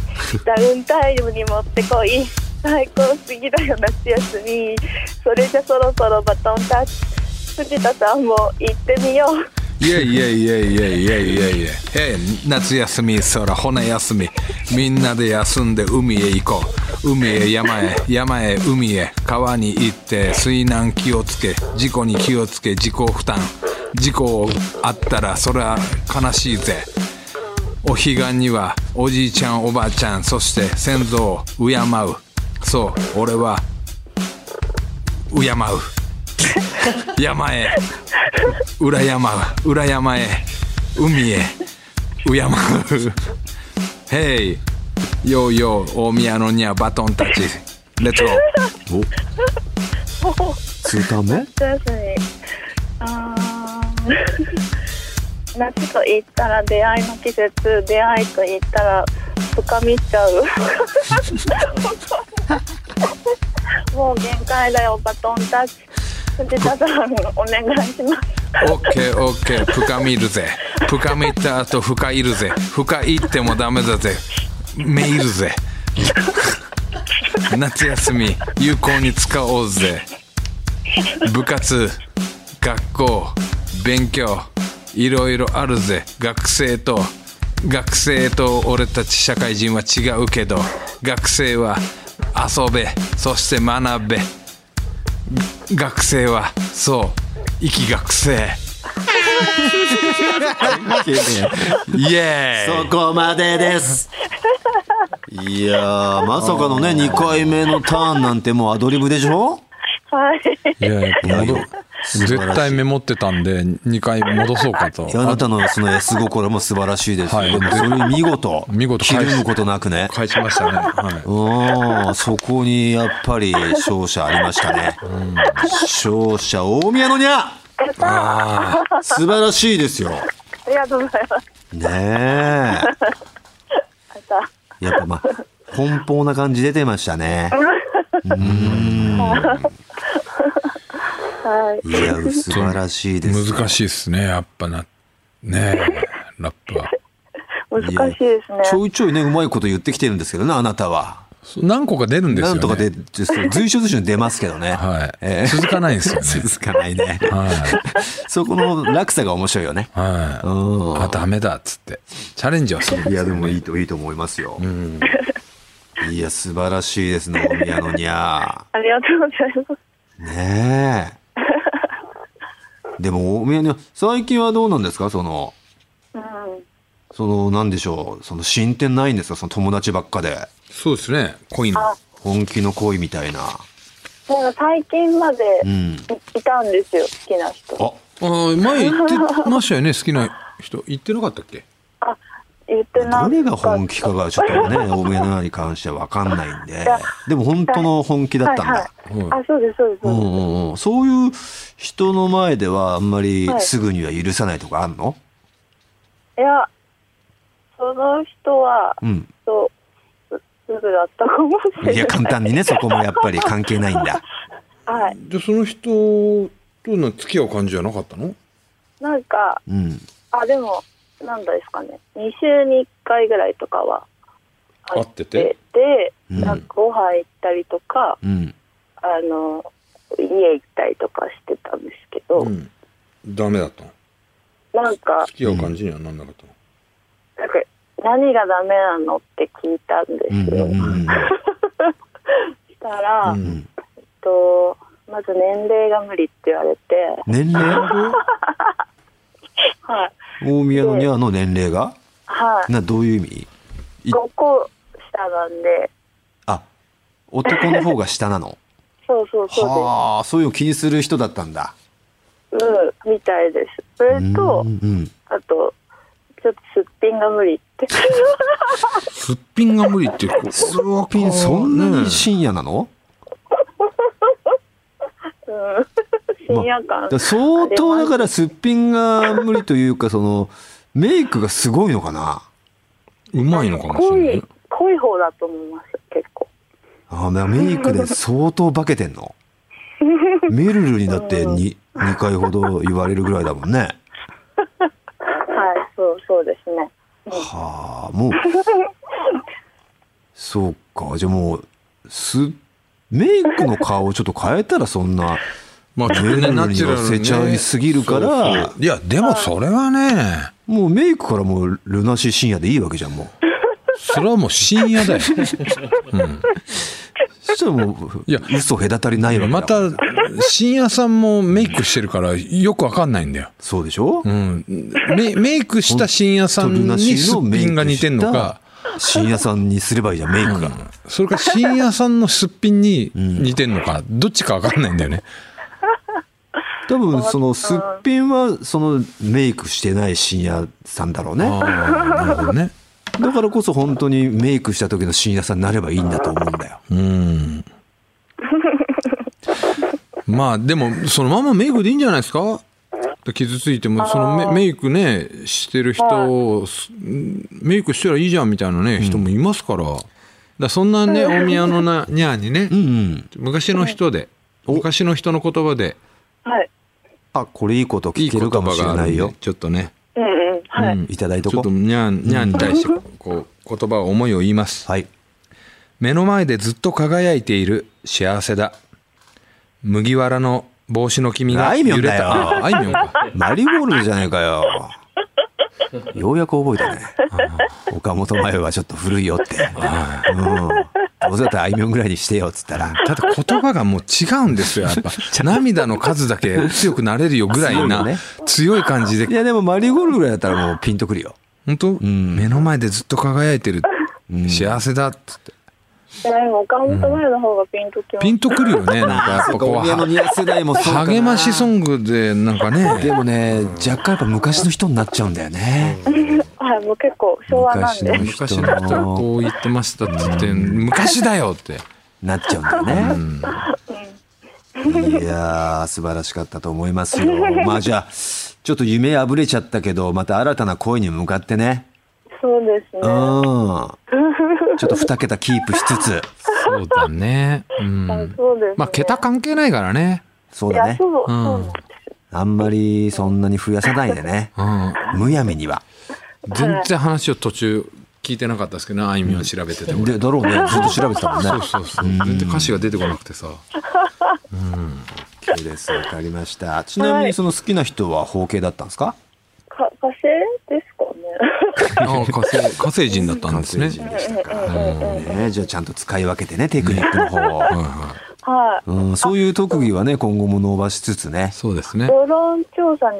S3: ダウンタイムに持ってこい最高すぎだよ夏休みそれじゃそろそろバトンタッチ藤田さんも行ってみよう
S2: いやいやいやいやいやいやいや、ええ夏休み、そら、骨休み、みんなで休んで海へ行こう。海へ山へ、山へ海へ、川に行って、水難気をつけ、事故に気をつけ、自己負担。事故あったら、そら悲しいぜ。お彼岸にはおじいちゃんおばあちゃんそして先祖を敬うそう俺は敬う山へ裏山裏山へ海へ敬う Hey ようよう大宮のにはバトンタッチレッツゴー
S1: お、数ターン 目
S3: 夏休みあー 夏と言ったら出会いの季節出会いと言ったら深みっちゃう もう限界だよバトンタッチ藤田さんお願いします
S2: オッケーオッケー深みるぜ深みった後深いるぜ深いってもダメだぜめいるぜ 夏休み有効に使おうぜ部活学校勉強いろいろあるぜ学生と学生と俺たち社会人は違うけど学生は遊べそして学べ学生はそう生き学生イエー
S1: そ
S2: イ
S1: こまでです。いやー、まさかのね、2回目のターンなんてもうアドリブでしょ
S3: は
S2: い
S3: い
S2: や
S1: いやいや、
S2: 絶対メモってたんで、2回戻そうかと
S1: い。やあなたのその S 心も素晴らしいですよ。
S2: はい
S1: でもそれ見事、
S2: 見事
S1: ひ
S2: 返
S1: る
S2: す
S1: むことなくね。
S2: 返しましたね。は
S1: うんそこにやっぱり勝者ありましたね。勝者、大宮のにゃ
S2: い。ああ、
S1: 素晴らしいですよ。
S3: りがとうございます。
S1: ねえ。
S3: また
S1: やっぱまあ、奔放な感じ出てましたね。
S3: はい。
S1: いや、素晴らしいです。
S2: 難しいですね、やっぱな。ねえ、ラップは。
S3: 難しいですね。
S1: ちょいちょいね、うまいこと言ってきてるんですけどね、あなたは。
S2: そう何個か出るんです
S1: な
S2: よ、
S1: ん
S2: ね。
S1: とかで、ちょ 随所随所に出ますけどね。
S2: はい、
S1: え
S2: 続かないんですよね。
S1: え 続かないね。
S2: はい。
S1: そこの落差が面白いよね。う
S2: は
S1: ん
S2: い。あ、ダメだっつって。チャレンジはする。
S1: いや、でもいいと、いいと思いますよ。いや、素晴らしいですね、大宮のにゃ
S3: ありがとうございます。
S1: ね え。でも、大宮にゃ最近はどうなんですかその、
S3: うん。
S1: その、なんでしょう、その進展ないんですかその友達ばっかで。
S2: そうですね。コインの。
S3: あ、
S1: 本気の恋みたいな。
S3: なんか最近まで
S1: うん。
S3: いいたんですよ、好きな人。
S1: あ、
S2: あー前言ってましたよね、好きな人。言ってなかったっけ
S3: あ、言ってなか
S1: ど
S3: った。
S1: れが本気かがちょっとね、大宮のに関しては分かんないんで
S3: や、
S1: でも本当の本気だったん
S3: はい
S1: だ。
S3: はい。あ、そうです、そうで
S1: う
S3: す。そうんです
S1: うんうん、そういう人の前ではあんまり
S3: はい
S1: すぐには許さないとかあんの、
S3: いや、その人は、
S1: うん。
S3: そう、すすぐだったかもしれない。
S1: いや、簡単にね、そこもやっぱり関係ないんだ。
S3: はい。
S2: じゃあその人との付き合う感じじゃなかったの
S3: なんか、
S1: うん。
S3: あ、でも、なんだですかね。2週に1回ぐらいとかは、
S2: 会ってて
S3: で、
S1: うん
S3: なんかご飯行ったりとか、
S1: うん。
S3: あの、家行ったりとかしてたんですけど、
S2: ん。ダメだったの
S3: なんか、
S2: 付き合う感じにはなんなかったの、
S3: なんか何がダメなのって聞いたん
S1: うん
S3: です
S1: う
S3: よ。
S1: んうん
S3: したら、
S1: う
S3: えっ
S1: ん。
S3: と、まず年齢が無理って言われて、
S1: 年齢
S3: はい。
S1: 大宮のニャーの年齢が
S3: はい。
S1: な、どういう意味い
S3: 5個下なんで、
S1: あ、男の方が下なの。
S3: そうそうそ
S1: はあ、そういうの気にする人だったんだ。
S3: うです。うん、みたいです。それと
S1: う、んうん。
S3: あと、ちょっとすっぴんが無理って。
S2: すっぴんが無理って、これは
S1: ピン、そんなに深夜なの、
S3: うん。深夜感。
S1: だから相当だからすっぴんが無理というかそのメイクがすごいのかな
S2: うまいのかもしれな
S3: 濃
S2: い
S3: い。、濃い方だと思います、結構。
S1: あーだからメイクで相当化けてんのめるるにだってに 2, 回ほど言われるぐらいだもんね
S3: はい、そう、そうですね。
S1: はあも うそうかじゃあもうすメイクの顔をちょっと変えたらそんな
S2: まあ、ちょっと
S1: める
S2: ね、
S1: るに
S2: ナチュラル
S1: 寄せちゃいすぎるから
S2: そうそういや、でもそれはね、
S1: もうメイクからもうルナシー深夜でいいわけじゃんもう
S2: それはもう深夜だよ。うん
S1: そしたらもう
S2: いや
S1: 嘘隔たりないわけだもん
S2: また、深夜さんもメイクしてるから、よくわかんないんだよ。
S1: そうでしょ、
S2: うん。メメイクした深夜さんにすっぴんが似てんのか、
S1: 深夜さんにすればいいじゃんメイクが、
S2: それか深夜さんのすっぴんに似てんのか、どっちかわかんないんだよね。
S1: 多分そのすっぴんはそのメイクしてない深夜さんだろうね
S2: ああ、なるほどね。
S1: だからこそ本当にメイクした時の深夜さんになればいいんだと思うんだよ
S2: うん。まあでも、そのままメイクでいいんじゃないですか傷ついても、そのメメイクね、してる人を、すメイクしたらいいじゃんみたいなね、人もいますから。だからそんなね、大宮のな、にゃーにね
S1: う、んうん
S2: 昔の人で、昔の人の言葉で、
S3: はい。
S1: あこれいいこと
S2: い
S1: 聞
S2: い
S1: け
S2: 言葉
S1: るかもし
S2: が
S1: れ
S2: あ
S1: な
S2: る
S1: い
S2: んで
S1: よ
S2: ちょっとね、
S3: うんうん。はい。
S1: いただいと
S2: ちょ
S1: こ
S2: っとにゃん、にゃんに対して、こう、言葉を思いを言います。
S1: はい
S2: 目の前でずっと輝いている幸せだ麦わらの帽子の君が
S1: あい
S2: 揺
S1: みょん
S2: れ
S1: だよ
S2: たああいみょんか
S1: マリーゴールドじゃないか よようやく覚えた ね岡本麻代はちょっと古いよって、うん、どうせだったらあいみょんぐらいにしてよっつった ら
S2: ただ言葉がもう違うんですよ やっぱ涙の数だけ強くなれるよぐら
S1: 強
S2: いな
S1: いよね
S2: 強い感じで
S1: いやでもマリーゴールドぐらいだったらもうピンとくるよ
S2: 本当
S1: ん
S2: 目の前でずっと輝いてる幸せだっつって
S3: でも岡本真夜の方がピンときます。
S2: ピンとくるよね、なんかやっぱ
S1: そうか、
S2: こ
S1: お
S2: う
S1: 宮のニア世代もそうか
S2: は、
S1: な
S2: 励ましソングで、なんか
S1: で
S2: ね、
S1: もね、若干やっぱ昔の人になっちゃうんだよね。
S3: はい、もう結構昭和なん
S2: 昔
S3: で
S2: の。
S1: 人
S2: 昔の人こう言ってましたって言って、昔だよって。
S1: なっちゃうんだよね。
S2: うん
S1: いやー、素晴らしかったと思いますよ。まあじゃあ、ちょっと夢破れちゃったけど、また新たな恋に向かってね。
S3: そうです
S1: うん。
S3: ね
S1: ち。ょっと二桁キープしつつ。
S2: そうだね。うん。
S3: あそうです、ね。
S2: まあ、桁関係ないからね。
S1: そう
S3: い
S1: だ
S3: や、
S1: ね。
S3: そう、
S2: うん
S3: そうなんですよ。
S1: あんまりそんなに増やさないでね。
S2: うん。
S1: むやみには。
S2: 全然話を途中聞いてなかったですけどね、あいみょん調べてて俺。
S1: で、だろうね。ずっと調べてた もんね。
S2: そうそうそう。全然歌詞が出てこなくてさ。
S1: OK です。わかりました。ちなみにその好きな人は方形だったんですか
S3: か、火星ですか
S2: ああ火星、火星人だったんですね。
S1: 火星人
S3: ね。
S1: でしたか。
S3: うんうんうんうん。
S1: ね、じゃあちゃんと使い分けてね、テクニックの方を。
S2: はいは
S3: はい。
S1: うん、そういう特技はね、今後も伸ばしつつね
S2: い。。そうですね。
S3: 世論調査に、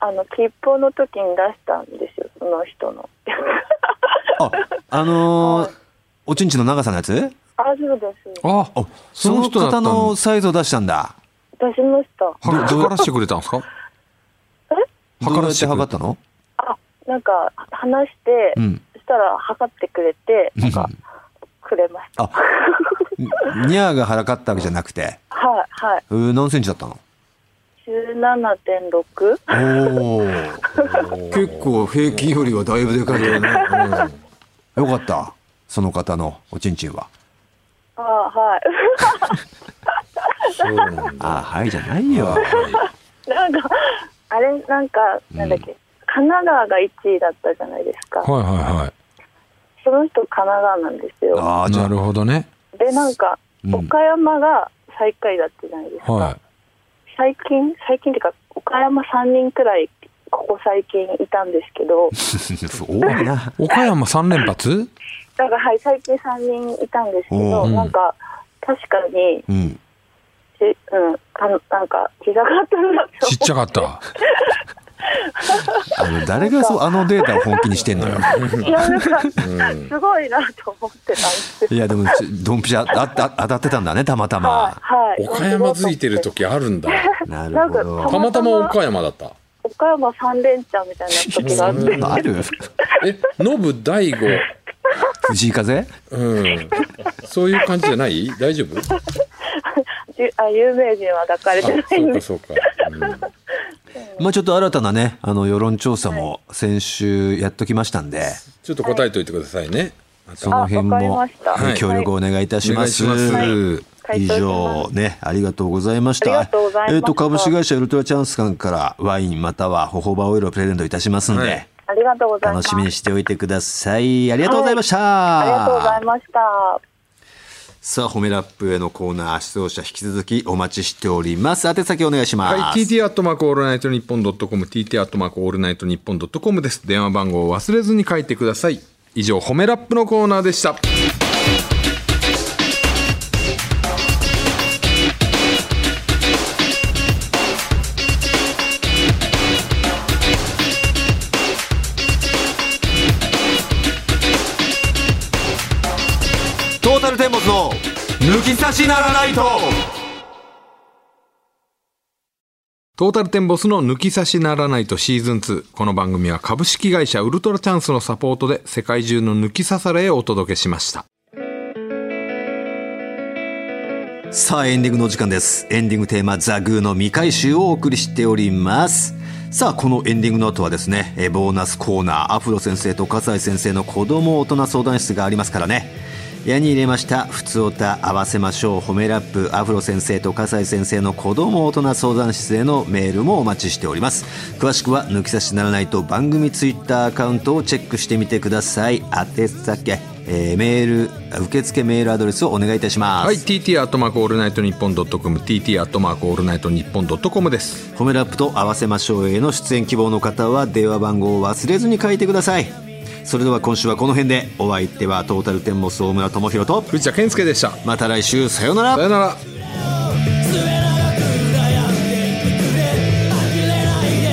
S3: あの、切符の時に出したんですよ、その人の。
S1: あ、あのーおちんちの長さのやつ
S3: あ、そうです。
S2: あ
S1: あ、
S2: そ
S1: そ
S2: の
S1: の
S2: 人だった
S1: 方
S2: んだ
S1: のサイズを出したんだ。
S3: 出しました。
S2: は測らせてくれたんですか
S3: え
S1: どうや
S2: 測ら
S1: っ
S2: せ
S1: て
S2: てく
S1: 測
S2: れ
S1: った
S2: た
S1: の
S3: あ、なんか、話して、
S1: うん。
S3: そしたら測ってくれて、なんか、くれました。
S1: あ、ニャーが腹かったわけじゃなくて、
S3: はい、はい。
S1: うー何センチだったの
S3: 17.6?
S1: おー結構平均よりはだいぶでかいよね。よかった。その方のおちんちんは。
S3: あ、はい。
S2: そうなんだ。
S1: あー、はいじゃないよ。
S3: なんか、あれ、なんか、なんだっけ、神奈川が1位だったじゃないですか。
S2: はいはいはい。
S3: その人、神奈川なんですよ。
S1: あー、じゃ
S2: な
S1: あ
S2: るほどね。
S3: で、なんか、
S1: うん
S3: 岡山が最下位だったじゃないですか。
S2: は
S3: 最近、最近っていうか、岡山3人くらい、ここ最近いたんですけど、
S1: 多いな。
S2: い。岡山三連発
S3: だから、はい、最近3人いたんですけ
S1: お
S3: ど、
S1: う
S2: うん
S3: なんか、確かに、
S1: うん。
S3: じうん、かなんか、小さかったなって思
S2: ちっちゃかった。
S1: あの、誰がそう、あのデータを本気にしてんのよ。
S3: いや、なんか、すごいなと思ってたんですよ。
S1: いや、でも、ちドンピシャ、ああ当たってたんだね、たまた
S3: は
S1: ま
S3: い。。はい。
S2: 時あるんだ。
S1: な
S3: るほどたまたま岡
S2: 山だった。
S3: 岡山三連チャンみたいな時があ
S1: そ
S3: っ
S1: ん
S3: て
S1: なのあ る
S2: え、ノブ大悟。
S1: 藤井風
S2: うん。そういう感じじゃない大丈夫
S3: じゅあ有名人は抱かれてないんです
S2: そうか。
S1: まあちょっと新たなね、あの、世論調査も先週やっときましたんで、
S2: ちょっと答えといてくださいね。
S1: その辺
S3: あわ
S1: も
S3: かりました
S1: はい協力をお願いいたします。
S2: はいお願
S3: はい
S1: 以上、ね、ありがとうございました。
S3: ありがとうございました
S1: えっと、株式会社ウルトラチャンスさんからワインまたはホホバオイルをプレゼントいたしますんで、
S2: はい
S3: ありがとうございま
S1: 楽
S3: す。
S1: しみにしておいてください。ありがとうございました。
S3: ありがとうございました。
S1: さあ、褒めラップへのコーナー、出場者引き続きお待ちしております。宛先お願いします。
S2: はい、TT アットマークオールナイトニッポンドットコム、TT アットマークオールナイトニッポンドットコムです。電話番号を忘れずに書いてください。以上、褒めラップのコーナーでした。
S1: トータルテンボスの抜き差しならないと
S2: トータルテンボスの抜き差しならないとシーズン2。この番組は株式会社ウルトラチャンスのサポートで世界中の抜き差されへお届けしました。
S1: さあエンディングのお時間ですエンディングテーマ「ザ・グー」の未回収をお送りしておりますさあこのエンディングの後はですねえボーナスコーナーアフロ先生と笠井先生の子供大人相談室がありますからね矢に入れました「ふつおた合わせましょう褒めラップ」アフロ先生と笠井先生の子供大人相談室へのメールもお待ちしております詳しくは抜き差しならないと番組ツイッターアカウントをチェックしてみてください宛先、えーメール受付メールアドレスをお願いいたします、
S2: はい、TT アットマークオールナイトニッポンドットコム、TT アットマークオールナイトニッポンドットコムです。
S1: 褒めラップと合わせましょうへの出演希望の方は電話番号を忘れずに書いてくださいそれでは今週はこの辺でお相手はトータルテンボス大村智広と
S2: 藤田健介でした。
S1: また来週さようなら
S2: さよなら。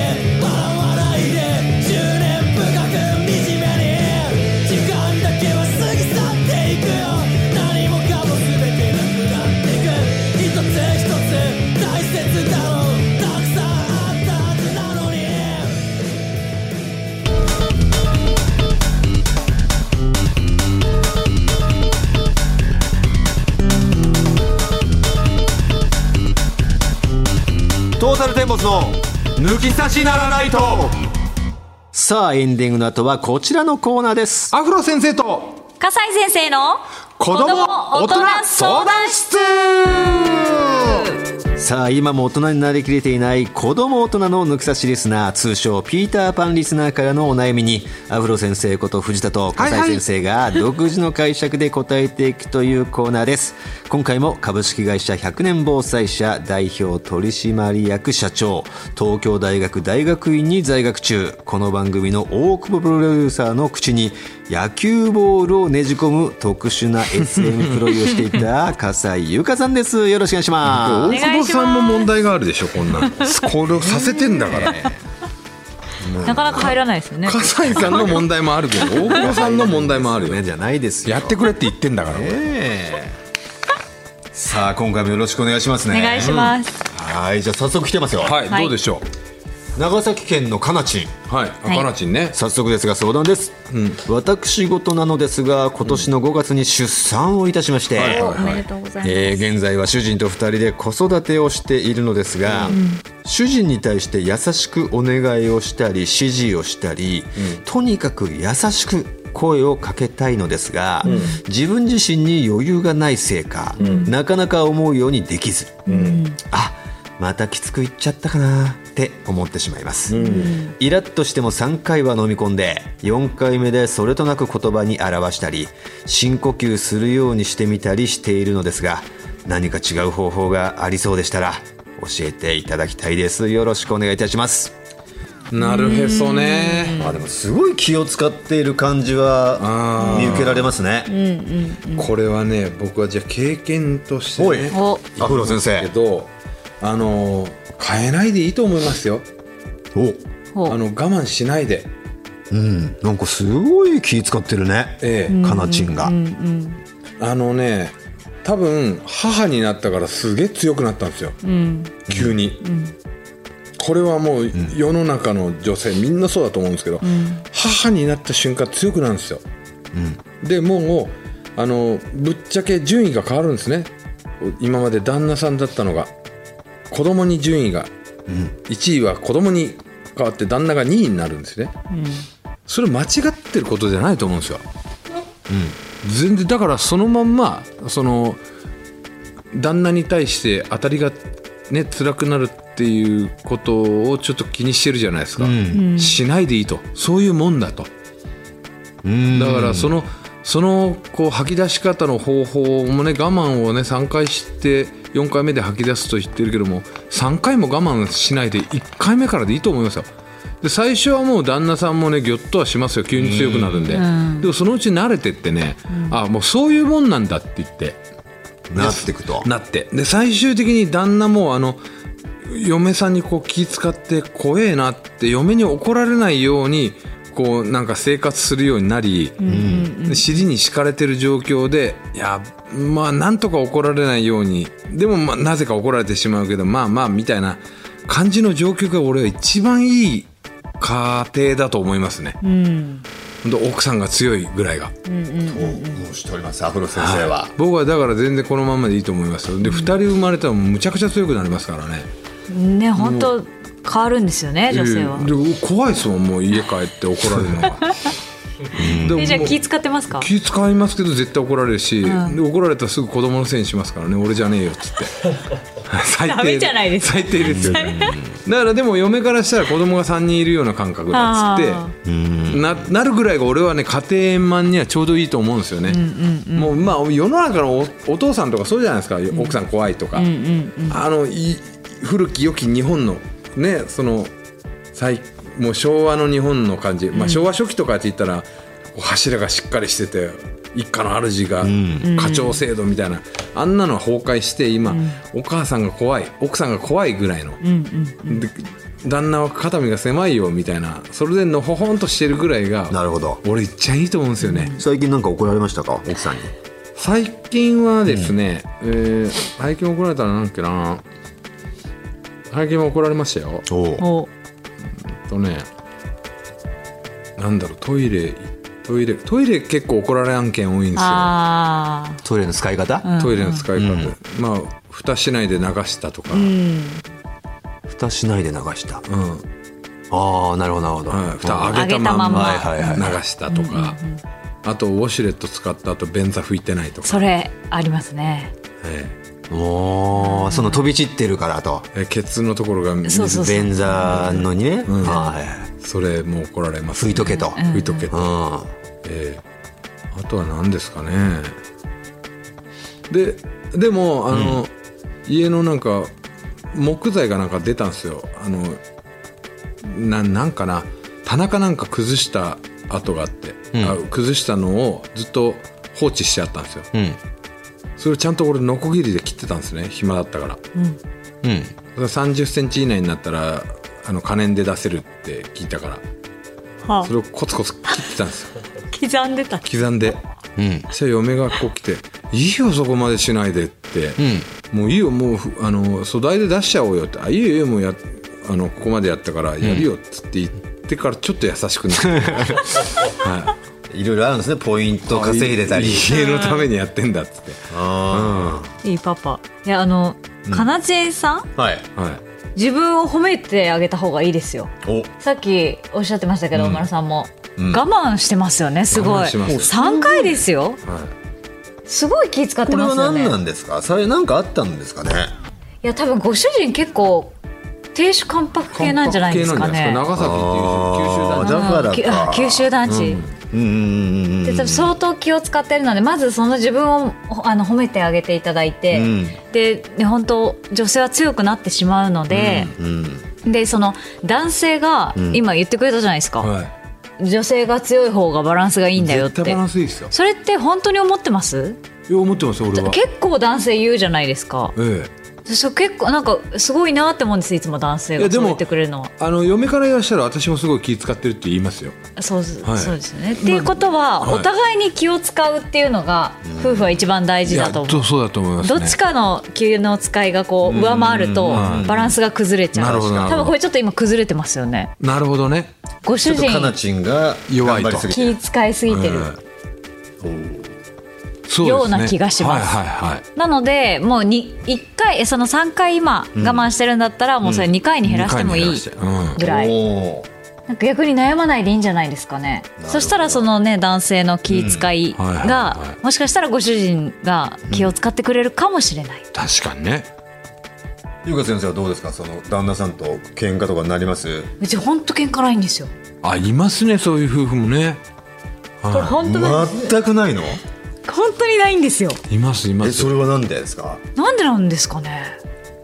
S4: 時間だけは過ぎ去っていくよ何も
S1: タルテンボスの抜き差しならないとさあエンディングの後はこちらのコーナーです
S5: アフロ先生と
S4: 笠井先生の
S5: 子供大人相談室
S1: さあ今も大人になりきれていない子供大人の抜き差しリスナー通称ピーターパンリスナーからのお悩みにアフロ先生こと藤田と
S5: はい
S1: 笠井先生が独自の解釈で答えていくというコーナーです今回も株式会社100年防災社代表取締役社長東京大学大学院に在学中この番組の大久保プロデューサーの口に野球ボールをねじ込む特殊な SM プロをしていた笠井優香さんですよろしくお願いします
S2: 大久保さんも問題があるでしょこんなのこれをさせてんだ から
S4: なかなか入らないですよね
S2: 笠井さんの問題もあるけど大久保さんの問題もあるよ
S1: ねじゃないですよ
S5: やってくれって言ってんだから俺
S1: ええさあ今回もよろしくお願いします
S4: お
S1: ね
S4: 願いします
S1: はいじゃあ早速来てますよ、
S2: はい、
S4: はい
S2: どうでしょ
S1: 長崎県のかなちん
S2: うはい赤なちんね、
S1: 早速ですが相談です、私事なのですが今年の5月に出産をいたしまして、
S4: おめでとうございます、
S1: えー現在は主人と2人で子育てをしているのですが、主人に対して優しくお願いをしたり指示をしたり、とにかく優しく声をかけたいのですが、自分自身に余裕がないせいか、なかなか思うようにできず、あまたきつく言っちゃったかなって思ってしまいます、イラッとしても3回は飲み込んで4回目でそれとなく言葉に表したり深呼吸するようにしてみたりしているのですが何か違う方法がありそうでしたら教えていただきたいですよろしくお願いいたします
S2: なるへそね
S1: あでもすごい気を使っている感じは見受けられますね
S2: これはね僕はじゃあ経験として
S1: おい
S2: ね
S4: お
S1: アフロ先生
S2: けどあのー変えないでいいと思いますよ
S1: お
S4: ほ
S2: あ
S4: う
S2: の我慢しないで
S1: うんなんかすごい気使ってるね
S2: ええ
S1: かなちんが
S2: あのね多分母になったからすげえ強くなったんですよ、急に、これはもう世の中の女性みんなそうだと思うんですけど、母になった瞬間強くなるんですよ、でもうあのぶっちゃけ順位が変わるんですね今まで旦那さんだったのが子供に順位が、1位は子供に変わって旦那が2位になるんですね、それ間違ってることじゃないと思うんですよ全然だからそのまんまその旦那に対して当たりがね辛くなるっていうことをちょっと気にしてるじゃないですか、しないでいいとそういうもんだと
S1: うん
S2: だからそのそのこう吐き出し方の方法もね我慢をね3回して4回目で吐き出すと言ってるけども3回も我慢しないで1回目からでいいと思いますよで最初はもう旦那さんもねぎょっとはしますよ急に強くなるんで、でもそのうち慣れてってね、あもうそういうもんなんだって言って
S1: なっていくと
S2: なってで最終的に旦那もあの嫁さんにこう気使って怖えなって嫁に怒られないようにこうなんか生活するようになり、で尻に敷かれてる状況でいやまあなんとか怒られないようにでもまあなぜか怒られてしまうけどまあまあみたいな感じの状況が俺は一番いい家庭だと思いますね、ほんと奥さんが強いぐらいが。
S1: もうしておりますアフロ先生は
S2: 僕はだから全然このままでいいと思いますよで2人生まれたらもうむちゃくちゃ強くなりますからね
S4: ね本当変わるんですよね女性は、
S2: えーで怖いですもんもう家帰って怒られるの がでも
S4: えじゃあ気使ってますか
S2: 気使いますけど絶対怒られるし、
S4: うん
S2: で怒られたらすぐ子供のせいにしますからね俺じゃねえよっつって 最
S4: ダメじゃないですか
S2: 最低ですよねだからでも嫁からしたら子供が3人いるような感覚だっつ
S4: あ
S2: ってななるぐらいが俺はね家庭円満にはちょうどいいと思うんですよね、もうまあ世の中のおお父さんとかそうじゃないですか奥さん怖いとか、あのい古き良き日本のねその最もう昭和の日本の感じ、まあ、昭和初期とかって言ったらこう柱がしっかりしてて一家の主が課長制度みたいな、あんなのは崩壊して今、お母さんが怖い奥さんが怖いぐらいの、で旦那は肩身が狭いよみたいなそれでのほほんとしてるぐらいが
S1: なるほど
S2: 俺いっちゃいいと思うんですよね。
S1: 最近なんか怒られましたか奥さんに
S2: 最近はですね、えー最近怒られたらなんだっけな最近も怒られましたよ
S1: おお
S4: お
S2: えっとねなんだろうトイレトイレトイレ結構怒られ案件多いんですよ
S4: あ
S1: トイレの使い方、
S4: あ
S2: トイレの使い方、まあ蓋しないで流したとか、
S4: うん
S1: 蓋しないで流した
S2: うん
S1: ああなるほどなるほど、
S2: はい、蓋
S1: うん
S2: 上げ
S1: 上
S2: たまんま
S1: げたまんまはいはいはい
S2: 流したとか、あとウォシュレット使った後便座拭いてないとか、
S4: それありますね
S2: え
S1: おーその飛び散ってるからと
S2: ええケツのところが水
S4: そうそうそう
S1: 便座のにね、
S2: うん
S1: はい
S2: それもう怒られます、
S1: 拭いとけと、
S2: 拭いとけ
S1: う
S2: と、
S1: ん
S2: ええあとは何ですかねででもあの、家のなんか木材がなんか出たんですよあのななんかな棚かなんか崩した跡があって、
S1: うん
S2: あ崩したのをずっと放置してあったんですよ
S1: うん
S2: それをちゃんと俺ノコギリで切ってたんですね暇だったから
S1: うん
S2: 3 0ンチ以内になったらあの可燃で出せるって聞いたから
S4: は
S2: それをコツコツ切ってたんで すよ
S4: 刻んでた
S2: 刻んで
S1: うん
S2: そしたら嫁がこう来て「いいよそこまでしないで」って
S1: うん
S2: 「もういいよもうふあの素材で出しちゃおうよ」って「あいいよいいよもうやあのここまでやったからやるよ」っつって言ってからちょっと優しくなって、 はい
S1: ろいろあるんですねポイント稼いでたり
S2: い家のためにやってんだっつって、
S1: あ
S4: いいパパいやあのかなちえんさん
S1: ーはい
S2: はい、
S4: 自分を褒めてあげた方がいいですよ
S1: お
S4: さっきおっしゃってましたけど、小村さんも、
S1: ん
S4: 我慢してますよねすご
S2: 我
S4: い
S2: 慢します
S4: 3回です
S2: は
S4: よ
S2: い
S4: すごい気使っ
S1: こ
S4: て
S1: れ
S4: ま
S1: は
S4: すよ
S1: 何
S4: ね
S1: なんですかそれなんかあったんですかね
S4: いや多分ご主人結構亭主関白系なんじゃないですかね
S2: 長崎っていう
S1: あー
S2: 九州だ
S1: だからか
S4: うんきあ九州団地、
S1: うんうんうんうん
S4: で多分相当気を使ってるのでまずその自分をほあの褒めてあげていただいて、
S1: うん
S4: で、ね、本当女性は強くなってしまうので、
S1: うん
S4: でその男性が
S1: ん
S4: 今言ってくれたじゃないですか、
S2: はい
S4: 女性が強い方がバランスがいいんだよっ
S2: 絶対
S4: て
S2: バランスいいですよ
S4: それって本当に思ってます
S2: いや思ってます俺は
S4: 結構男性言うじゃないですか
S2: え
S4: そう結構なんかすごいなって思うんですいつも男性
S2: いや
S4: が
S2: で
S4: そう
S2: も
S4: 言ってくれるのは
S2: えあの嫁からいらっしゃる私もすごい気使ってるって言いますよ
S4: そうす、
S2: はい
S4: そうですよね。っていうことは、
S2: はい
S4: お互いに気を使うっていうのが、夫婦は一番大事だと
S2: い
S4: 思
S2: や
S4: う。
S2: そうだと思います
S4: ど
S2: ね
S4: っちかの気の使いがこう上回ると
S2: うん
S4: バランスが崩れちゃ
S2: な
S4: う
S2: るほどなるほど
S4: 多分これちょっと今崩れてますよね
S2: なるほどね
S4: ご
S1: ちょ
S4: 主
S1: っとかな
S4: 人
S1: ちんが
S2: 弱い
S1: 頑張
S2: と
S1: りすぎて
S4: 気使いすぎてる、
S2: そうですね
S4: ような気がします
S2: はいはいはい
S4: なのでもうに一回その3回今我慢してるんだったら、もうそれ2回に減らしてもいい
S2: 二回に減らして
S4: ぐらい、
S1: おー
S4: なんか逆に悩まないでいいんじゃないですかね
S1: ほど
S4: そしたらそのね男性の気遣い
S2: うんはいはい
S4: が、
S2: は
S4: もしかしたらご主人が気を使ってくれるかもしれない、
S2: うん確かにね
S1: ゆうか先生はどうですかその旦那さんと喧嘩とかになります
S4: うち本当喧嘩ないんですよ。
S2: あいますねそういう夫婦もね
S4: これ本当なんです
S1: 全くないの
S4: 本当にないんですよ。
S2: いますいま
S1: え
S2: す
S1: それは何でですか
S4: なんでなんですかね。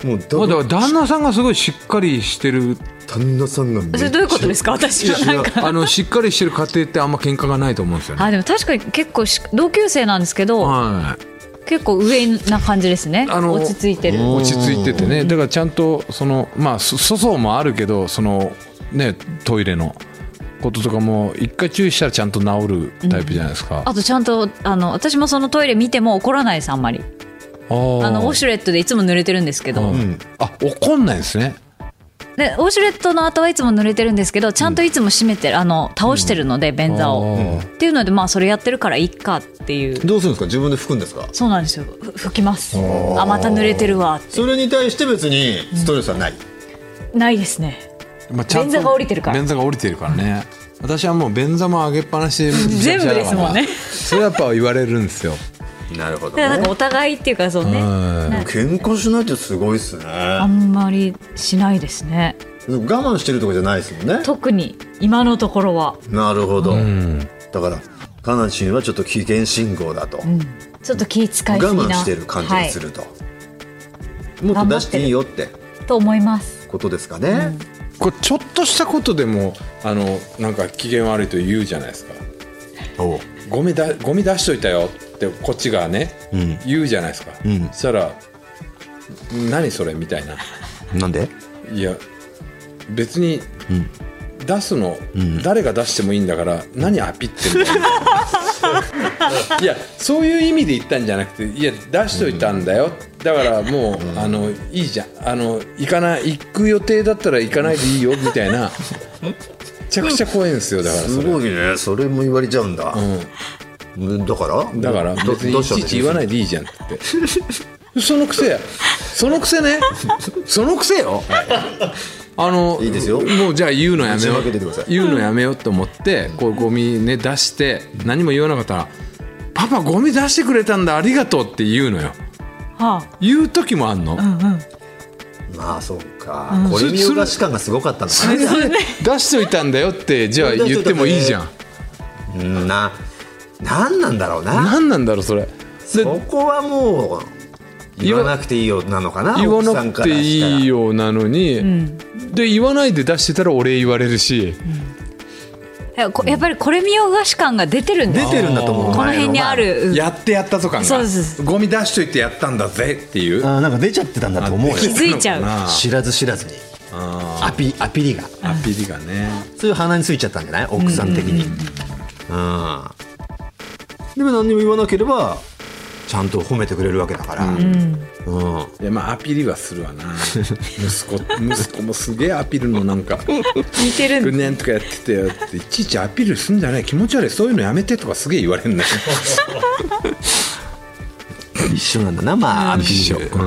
S1: もうだ
S2: まあだから旦那さんがすごいしっかりしてる
S1: 旦那さんがめっ
S4: そ
S1: ち
S4: れ
S1: ゃ
S4: どういうことですか。私はなんか。
S2: あのしっかりしてる家庭ってあんま喧嘩がないと思うんですよね
S4: あでも確かに結構し同級生なんですけど、
S2: はい
S4: 結構上な感じですね。
S2: あの
S4: 落ち着いてる。
S1: うん
S4: は
S2: 落ち着いててねだからちゃんとそのまあそ粗相もあるけどそのねトイレのこととかも一回注意したらちゃんと治るタイプじゃないですか、あ
S4: あとちゃんとあの私もそのトイレ見ても怒らないですあんまり。
S2: ー
S4: あのウォシュレットでいつも濡れてるんですけど、
S2: うん
S1: ん
S2: あ怒んないですね
S4: でウォシュレットの後はいつも濡れてるんですけどちゃんといつも閉めてるあの倒してるので便座を、
S2: うん
S4: っていうのでまあそれやってるからいっかっていう
S1: どうするんですか自分で拭くんですか
S4: そうなんですよふ拭きますあまた濡れてるわって
S1: それに対して別にストレスはない、
S4: ないですね
S2: まあ、ちゃんと
S4: 便座が降りてるから
S2: 便座が降りてるからね私はもう便座も上げっぱなしで
S4: 全部ですもんね
S2: それやっぱ言われるんですよ
S1: なるほど
S4: だからなんかお互いっていうかそうね
S2: うん
S4: なんか
S1: 喧嘩しないってすごいっすね
S4: あ
S1: 我
S4: んまりしないですね
S1: 慢してるとかじゃないですもんね
S4: 特に今のところは
S1: なるほど、
S2: うん
S1: だからかなちんはちょっと危険信号だと、
S4: ちょっと気遣いす
S1: 我
S4: ぎな
S1: 慢してる感じがす
S4: は
S1: ると、もっと出していいよって
S4: い、と思います
S1: ことですかね、
S2: これちょっとしたことでもあのなんか機嫌悪いと言うじゃないですか
S1: おう
S2: ゴミだゴミ出しといたよってこっちがね、
S1: うん
S2: 言うじゃないですか、
S1: うん
S2: そしたら「何それ」みたいな
S1: なんで
S2: 「いや別に
S1: ん
S2: 出すの、
S1: ん
S2: 誰が出してもいいんだから何アピってるの?」いやそういう意味で言ったんじゃなくて「いや出しといたんだよ」だからもう、あのいいじゃんあの行かない行く予定だったら行かないでいいよみた いなめちゃくちゃ怖いんですよだから
S1: す
S2: それ。
S1: ごいねそれも言われちゃうんだ、
S2: うん
S1: だから
S2: だから
S1: ど
S2: 別に
S1: ど
S2: いう
S1: したん
S2: ちい
S1: だ
S2: ち言わないでいいじゃんってそのくせそのくせねそのくせよあの
S1: いいですよ
S2: もうじゃあ言うのやめよ
S1: 打ち明けてくださいう
S2: 言うのやめようと思ってこうゴミね出して何も言わなかったら「パパゴミ出してくれたんだありがとう」って言うのよ
S4: は
S2: 言う時もあんの、
S1: まあそうかこれ見よがし感がすごかったんだな
S2: 出しといたんだよってじゃあ言ってもいいじゃん
S1: うんな何なんだろうな
S2: 何なんだろうそれで
S1: そこはもう言わなくていいよなのかな
S2: 言わ
S1: 奥さ
S2: なん
S1: か
S2: く
S1: ら
S2: て
S1: したら
S2: いいようなのに、で言わないで出してたらお礼言われるし、
S4: あ、やこやっぱりこれ見よがし感が出てるんだ
S1: 出てるんだと思う
S4: この辺にある、うん
S2: やってやったとかが
S4: そうです
S2: ゴミ出しといてやったんだぜっていう
S1: あーなんか出ちゃってたんだと思うよ
S4: 気づいちゃう
S2: あ
S1: 知らず知らずにアピアピリが
S2: アピリがね
S1: そういう鼻についちゃったんじゃない奥さん的にうんでも何にも言わなければちゃんと褒めてくれるわけだからうん
S2: いやまあアピリはする わな息子息子もすげえアピールのなんか
S4: 似てるん
S2: 「
S4: だ
S2: 年とかやってたよ」っていちいちアピールすんじゃない気持ち悪いそういうのやめてとかすげえ言われ るんだよ
S1: 一緒なんだなまあアピールう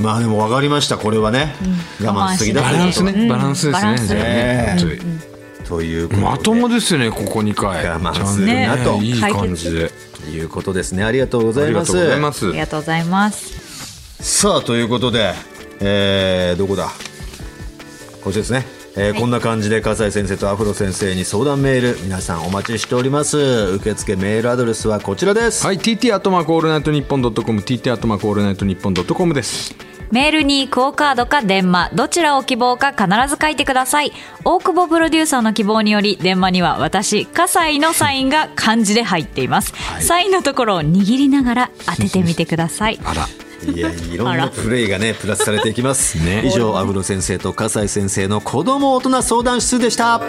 S1: んまあでも分かりましたこれはね我慢しすぎだ
S2: バ
S1: と
S2: ラ
S1: いう
S2: ン
S1: こと
S2: ス
S1: は
S2: ねバランスです
S4: バラ
S2: ね
S4: ンス
S2: じゃあね本当に
S1: ということで
S2: まともですよねここ2回
S1: 我慢するなと
S2: ねいい感じで
S1: いうことですねありがとうご
S2: あ
S1: ざい
S2: りが
S1: ま
S2: と
S1: す
S2: うございます
S4: ありがとうございます
S1: さあということで、えーどこだこっちですね、えーこんな感じで笠井先生とアフロ先生に相談メール皆さんお待ちしております受付メールアドレスはこちらです、
S2: はい、TT アトマークオールナイトニッポンドットコム、TT アトマークオールナイトニッポンドットコムです。
S4: メールにクオカードか電話どちらを希望か必ず書いてください大久保プロデューサーの希望により電話には私葛西のサインが漢字で入っています、サインのところを握りながら当ててみてください
S2: あら、
S1: いやいろん
S4: あ
S1: な
S4: ら
S1: プレイがねプラスされ ていきます、以上アフロ先生と笠井先生の子供大人相談室でした